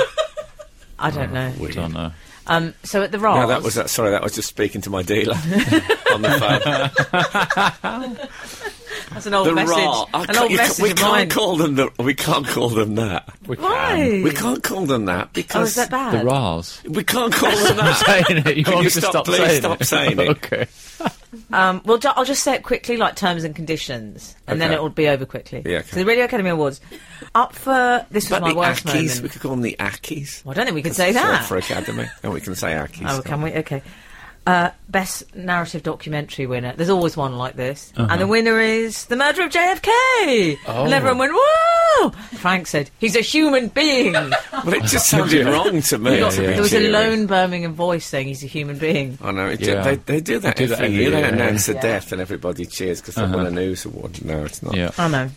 I don't know.
I don't know.
Um, so at the Rars,
Oh. No, that was that. Sorry, that was just speaking to my
(laughs)
dealer on the phone.
that's an old
the
message.
raw. I
An
can't-
old
you ca-
message
we
of mine.
can't call them the. We can't call them that.
We can.
Why?
We can't call them that
Hmm. Oh,
because
is that bad?
The (laughs) Rars.
we can't call them that.
saying it. You
Can
want
you
me to
stop-
stop
please
saying
stop
it?
saying it?
okay.
Um, well, ju- I'll just say it quickly, like terms and conditions, and then
Okay.
it will be over quickly.
Yeah, okay.
So the Radio Academy Awards up for this was
But
my
the
worst
Ackies, we
moment.
could call them the Ackies.
Well, I don't think we could
That's
say
short
that.
for Academy, and we can say Ackies.
Oh, can we? Okay. Uh, best narrative documentary winner. There's always one like this, and the winner is the murder of JFK.
Oh.
And everyone went, "Whoa!" Frank said, "He's a
(laughs)
human being."
Well,
(laughs)
it just sounded wrong to me.
Yeah,
to
yeah.
be
There was a
cheery.
lone Birmingham voice saying he's a human being.
I know. It
Yeah.
do, they, they do that
They do
every
that every
year. They
year, yeah. Uh-huh.
announce the
Yeah.
death, and everybody cheers because they won a news award. No, it's not.
Yeah.
I know.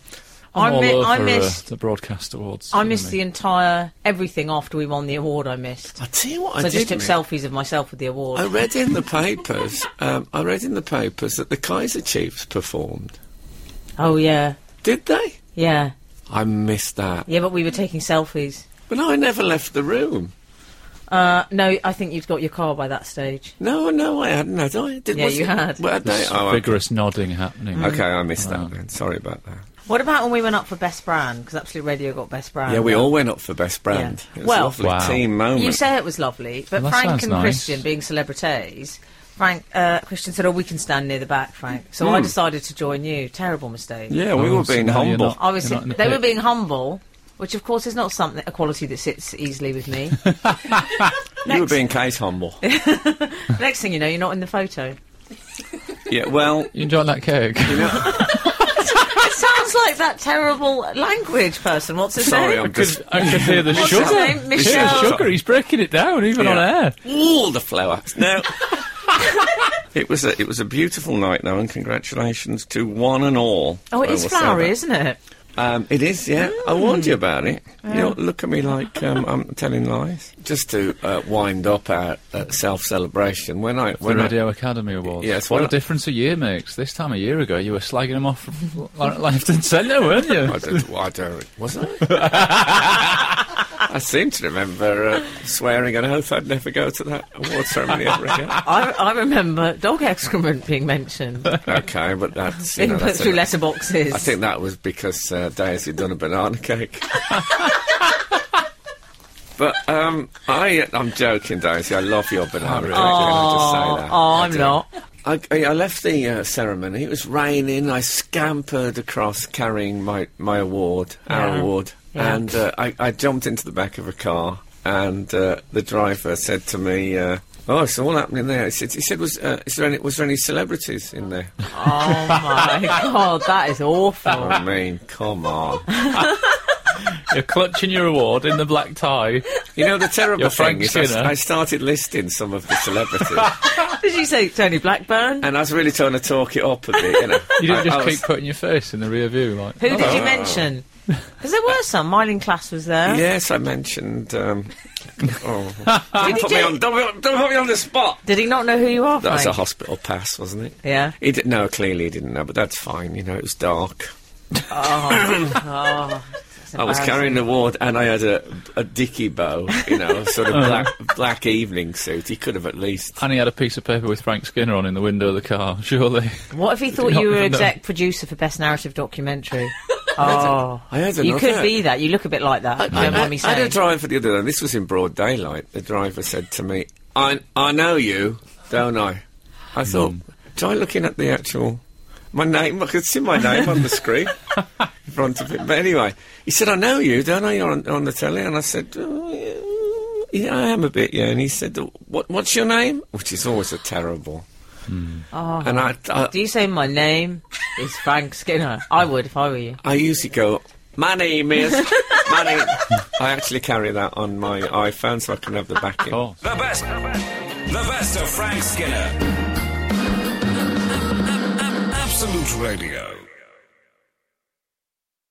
I'm
I, mi-
all
I
over, uh,
missed.
the broadcast awards.
I
you know
missed the
me.
entire everything after we won the award. I missed.
I tell you what,
So I
I
just
did Oh.
took
read.
selfies of myself with the award.
I read in the papers. Um, I read in the papers that the Kaiser Chiefs performed.
oh yeah,
Did they?
yeah,
I missed that.
yeah. But we were taking selfies.
But no, I never left the room.
Uh, no, I think you'd got your car by that stage.
No, no, I hadn't. Had I? Did,
Yeah,
was
you
it-
had.
Well, had they?
There's
Oh, okay.
vigorous nodding happening.
okay, I missed
Oh.
that. Then. Sorry about that.
What about when we went up for best brand? Because Absolute Radio got best brand.
Yeah, we all went up for best brand.
Um, Yeah.
It was
Well-
a lovely
Wow.
team moment.
You say it was lovely, but
Well, that
Frank
sounds
and
nice.
Christian being celebrities. Frank, uh, Christian said, "Oh, we can stand near the back, Frank." So I decided to join you. Terrible mistake.
Hmm. yeah, we
Oh,
were
so
being
now you're
humble.
not-
I was.
You're not in the
They
pit.
(laughs) were being humble, which of course is not something a quality that sits easily with (laughs) me.
You were being Kate
(laughs)
humble.
Next thing you know, you're not in the photo.
yeah, well,
You enjoying that cake?
It sounds like that terrible language person. What's his
sorry,
name?
I'm just
(laughs) I can hear the
What's
sugar.
his name?
Hear the
Michelle.
sugar. He's breaking it down even on
Yeah.
air.
all the flour.
(laughs)
Now, it was a, it was a beautiful night though, and congratulations to one and all.
Oh, it
I
is
will say
flowery,
that.
isn't it?
Um, it is, yeah. I warned you about it.
Oh.
You don't look at me like um, I'm telling lies. Just to uh, wind up our uh, self-celebration, when I
The
when I,
Radio Academy Awards.
Yes,
what
why
a
not?
difference a year makes. This time a year ago, you were slagging them off (laughs) li- left and centre,
(laughs)
weren't
I
you?
don't, I don't was I? (laughs) I seem to remember uh, swearing an oath I'd never go to that award ceremony ever again.
I, I remember dog excrement being mentioned,
(laughs) Okay, but that's you
being (laughs)
know,
put
that's
through
a-
letterboxes.
I think that was because uh, Daisy had done a banana cake. (laughs) but um, I, I'm joking, Daisy. I love your banana cake.
oh,
I just say that.
oh,
I
I'm
do. (laughs)
not.
I, I I left the uh, ceremony. It was raining. I scampered across carrying my, my award, our
Yeah.
award,
Yeah.
and uh, I, I jumped into the back of a car. And uh, the driver said to me, uh, "Oh, it's all happening there." He said, "He said, was, uh, is there any, was there any celebrities in there?"
Oh my god, that is
(laughs)
awful.
I mean, come on.
You're clutching your award in the black tie.
You
(laughs)
know the terrible
You're Frank
thing is I, s-
Skinner.
I started listing some of the celebrities, (laughs)
Did you say Tony Blackburn?
and I was really trying to talk it up a bit. You, know.
You didn't
I-
just
I was-
keep putting your face in the rear view, like.
Who did you
Oh.
mention? Because there were some. Myling Class was there.
(laughs) Yes, I mentioned. Um, (laughs)
(laughs)
oh. don't, put me
do-
on, don't, don't put me on the spot.
Did he not know who you are?
That was a
Frank?
hospital pass, wasn't it?
Yeah.
He did, no, clearly he didn't know, but that's fine. You know, it was dark.
Oh,
I was carrying the ward, and I had a, a dicky bow, you know, a sort
(laughs) Uh-huh.
of black black evening suit. He could have at least.
And he had a piece of paper with Frank Skinner on in the window of the car, surely.
What if he thought
not
you were
even know.
exec producer for Best
(laughs)
Narrative Documentary? oh,
I had
you could
another-
be that. You look a bit like that. if you don't
I,
mind me
I had a
saying.
driver the other day, and this was in broad daylight. The driver said to me, I, I know you, don't I? I thought, try looking at the actual. My name, I could see my name on the screen in front of it. But anyway, he said, I know you, don't I? You're on, on the telly. And I said, "Oh, yeah, yeah, I am a bit, yeah. And he said, what, What's your name? Which is always a terrible. And I, I,
Oh, Do you say my name is Frank Skinner? I would if I were you.
I usually go, my name is. my name. I actually carry that on my iPhone so I can have the backing.
Oh.
The best, the best of Frank Skinner. Absolute Radio.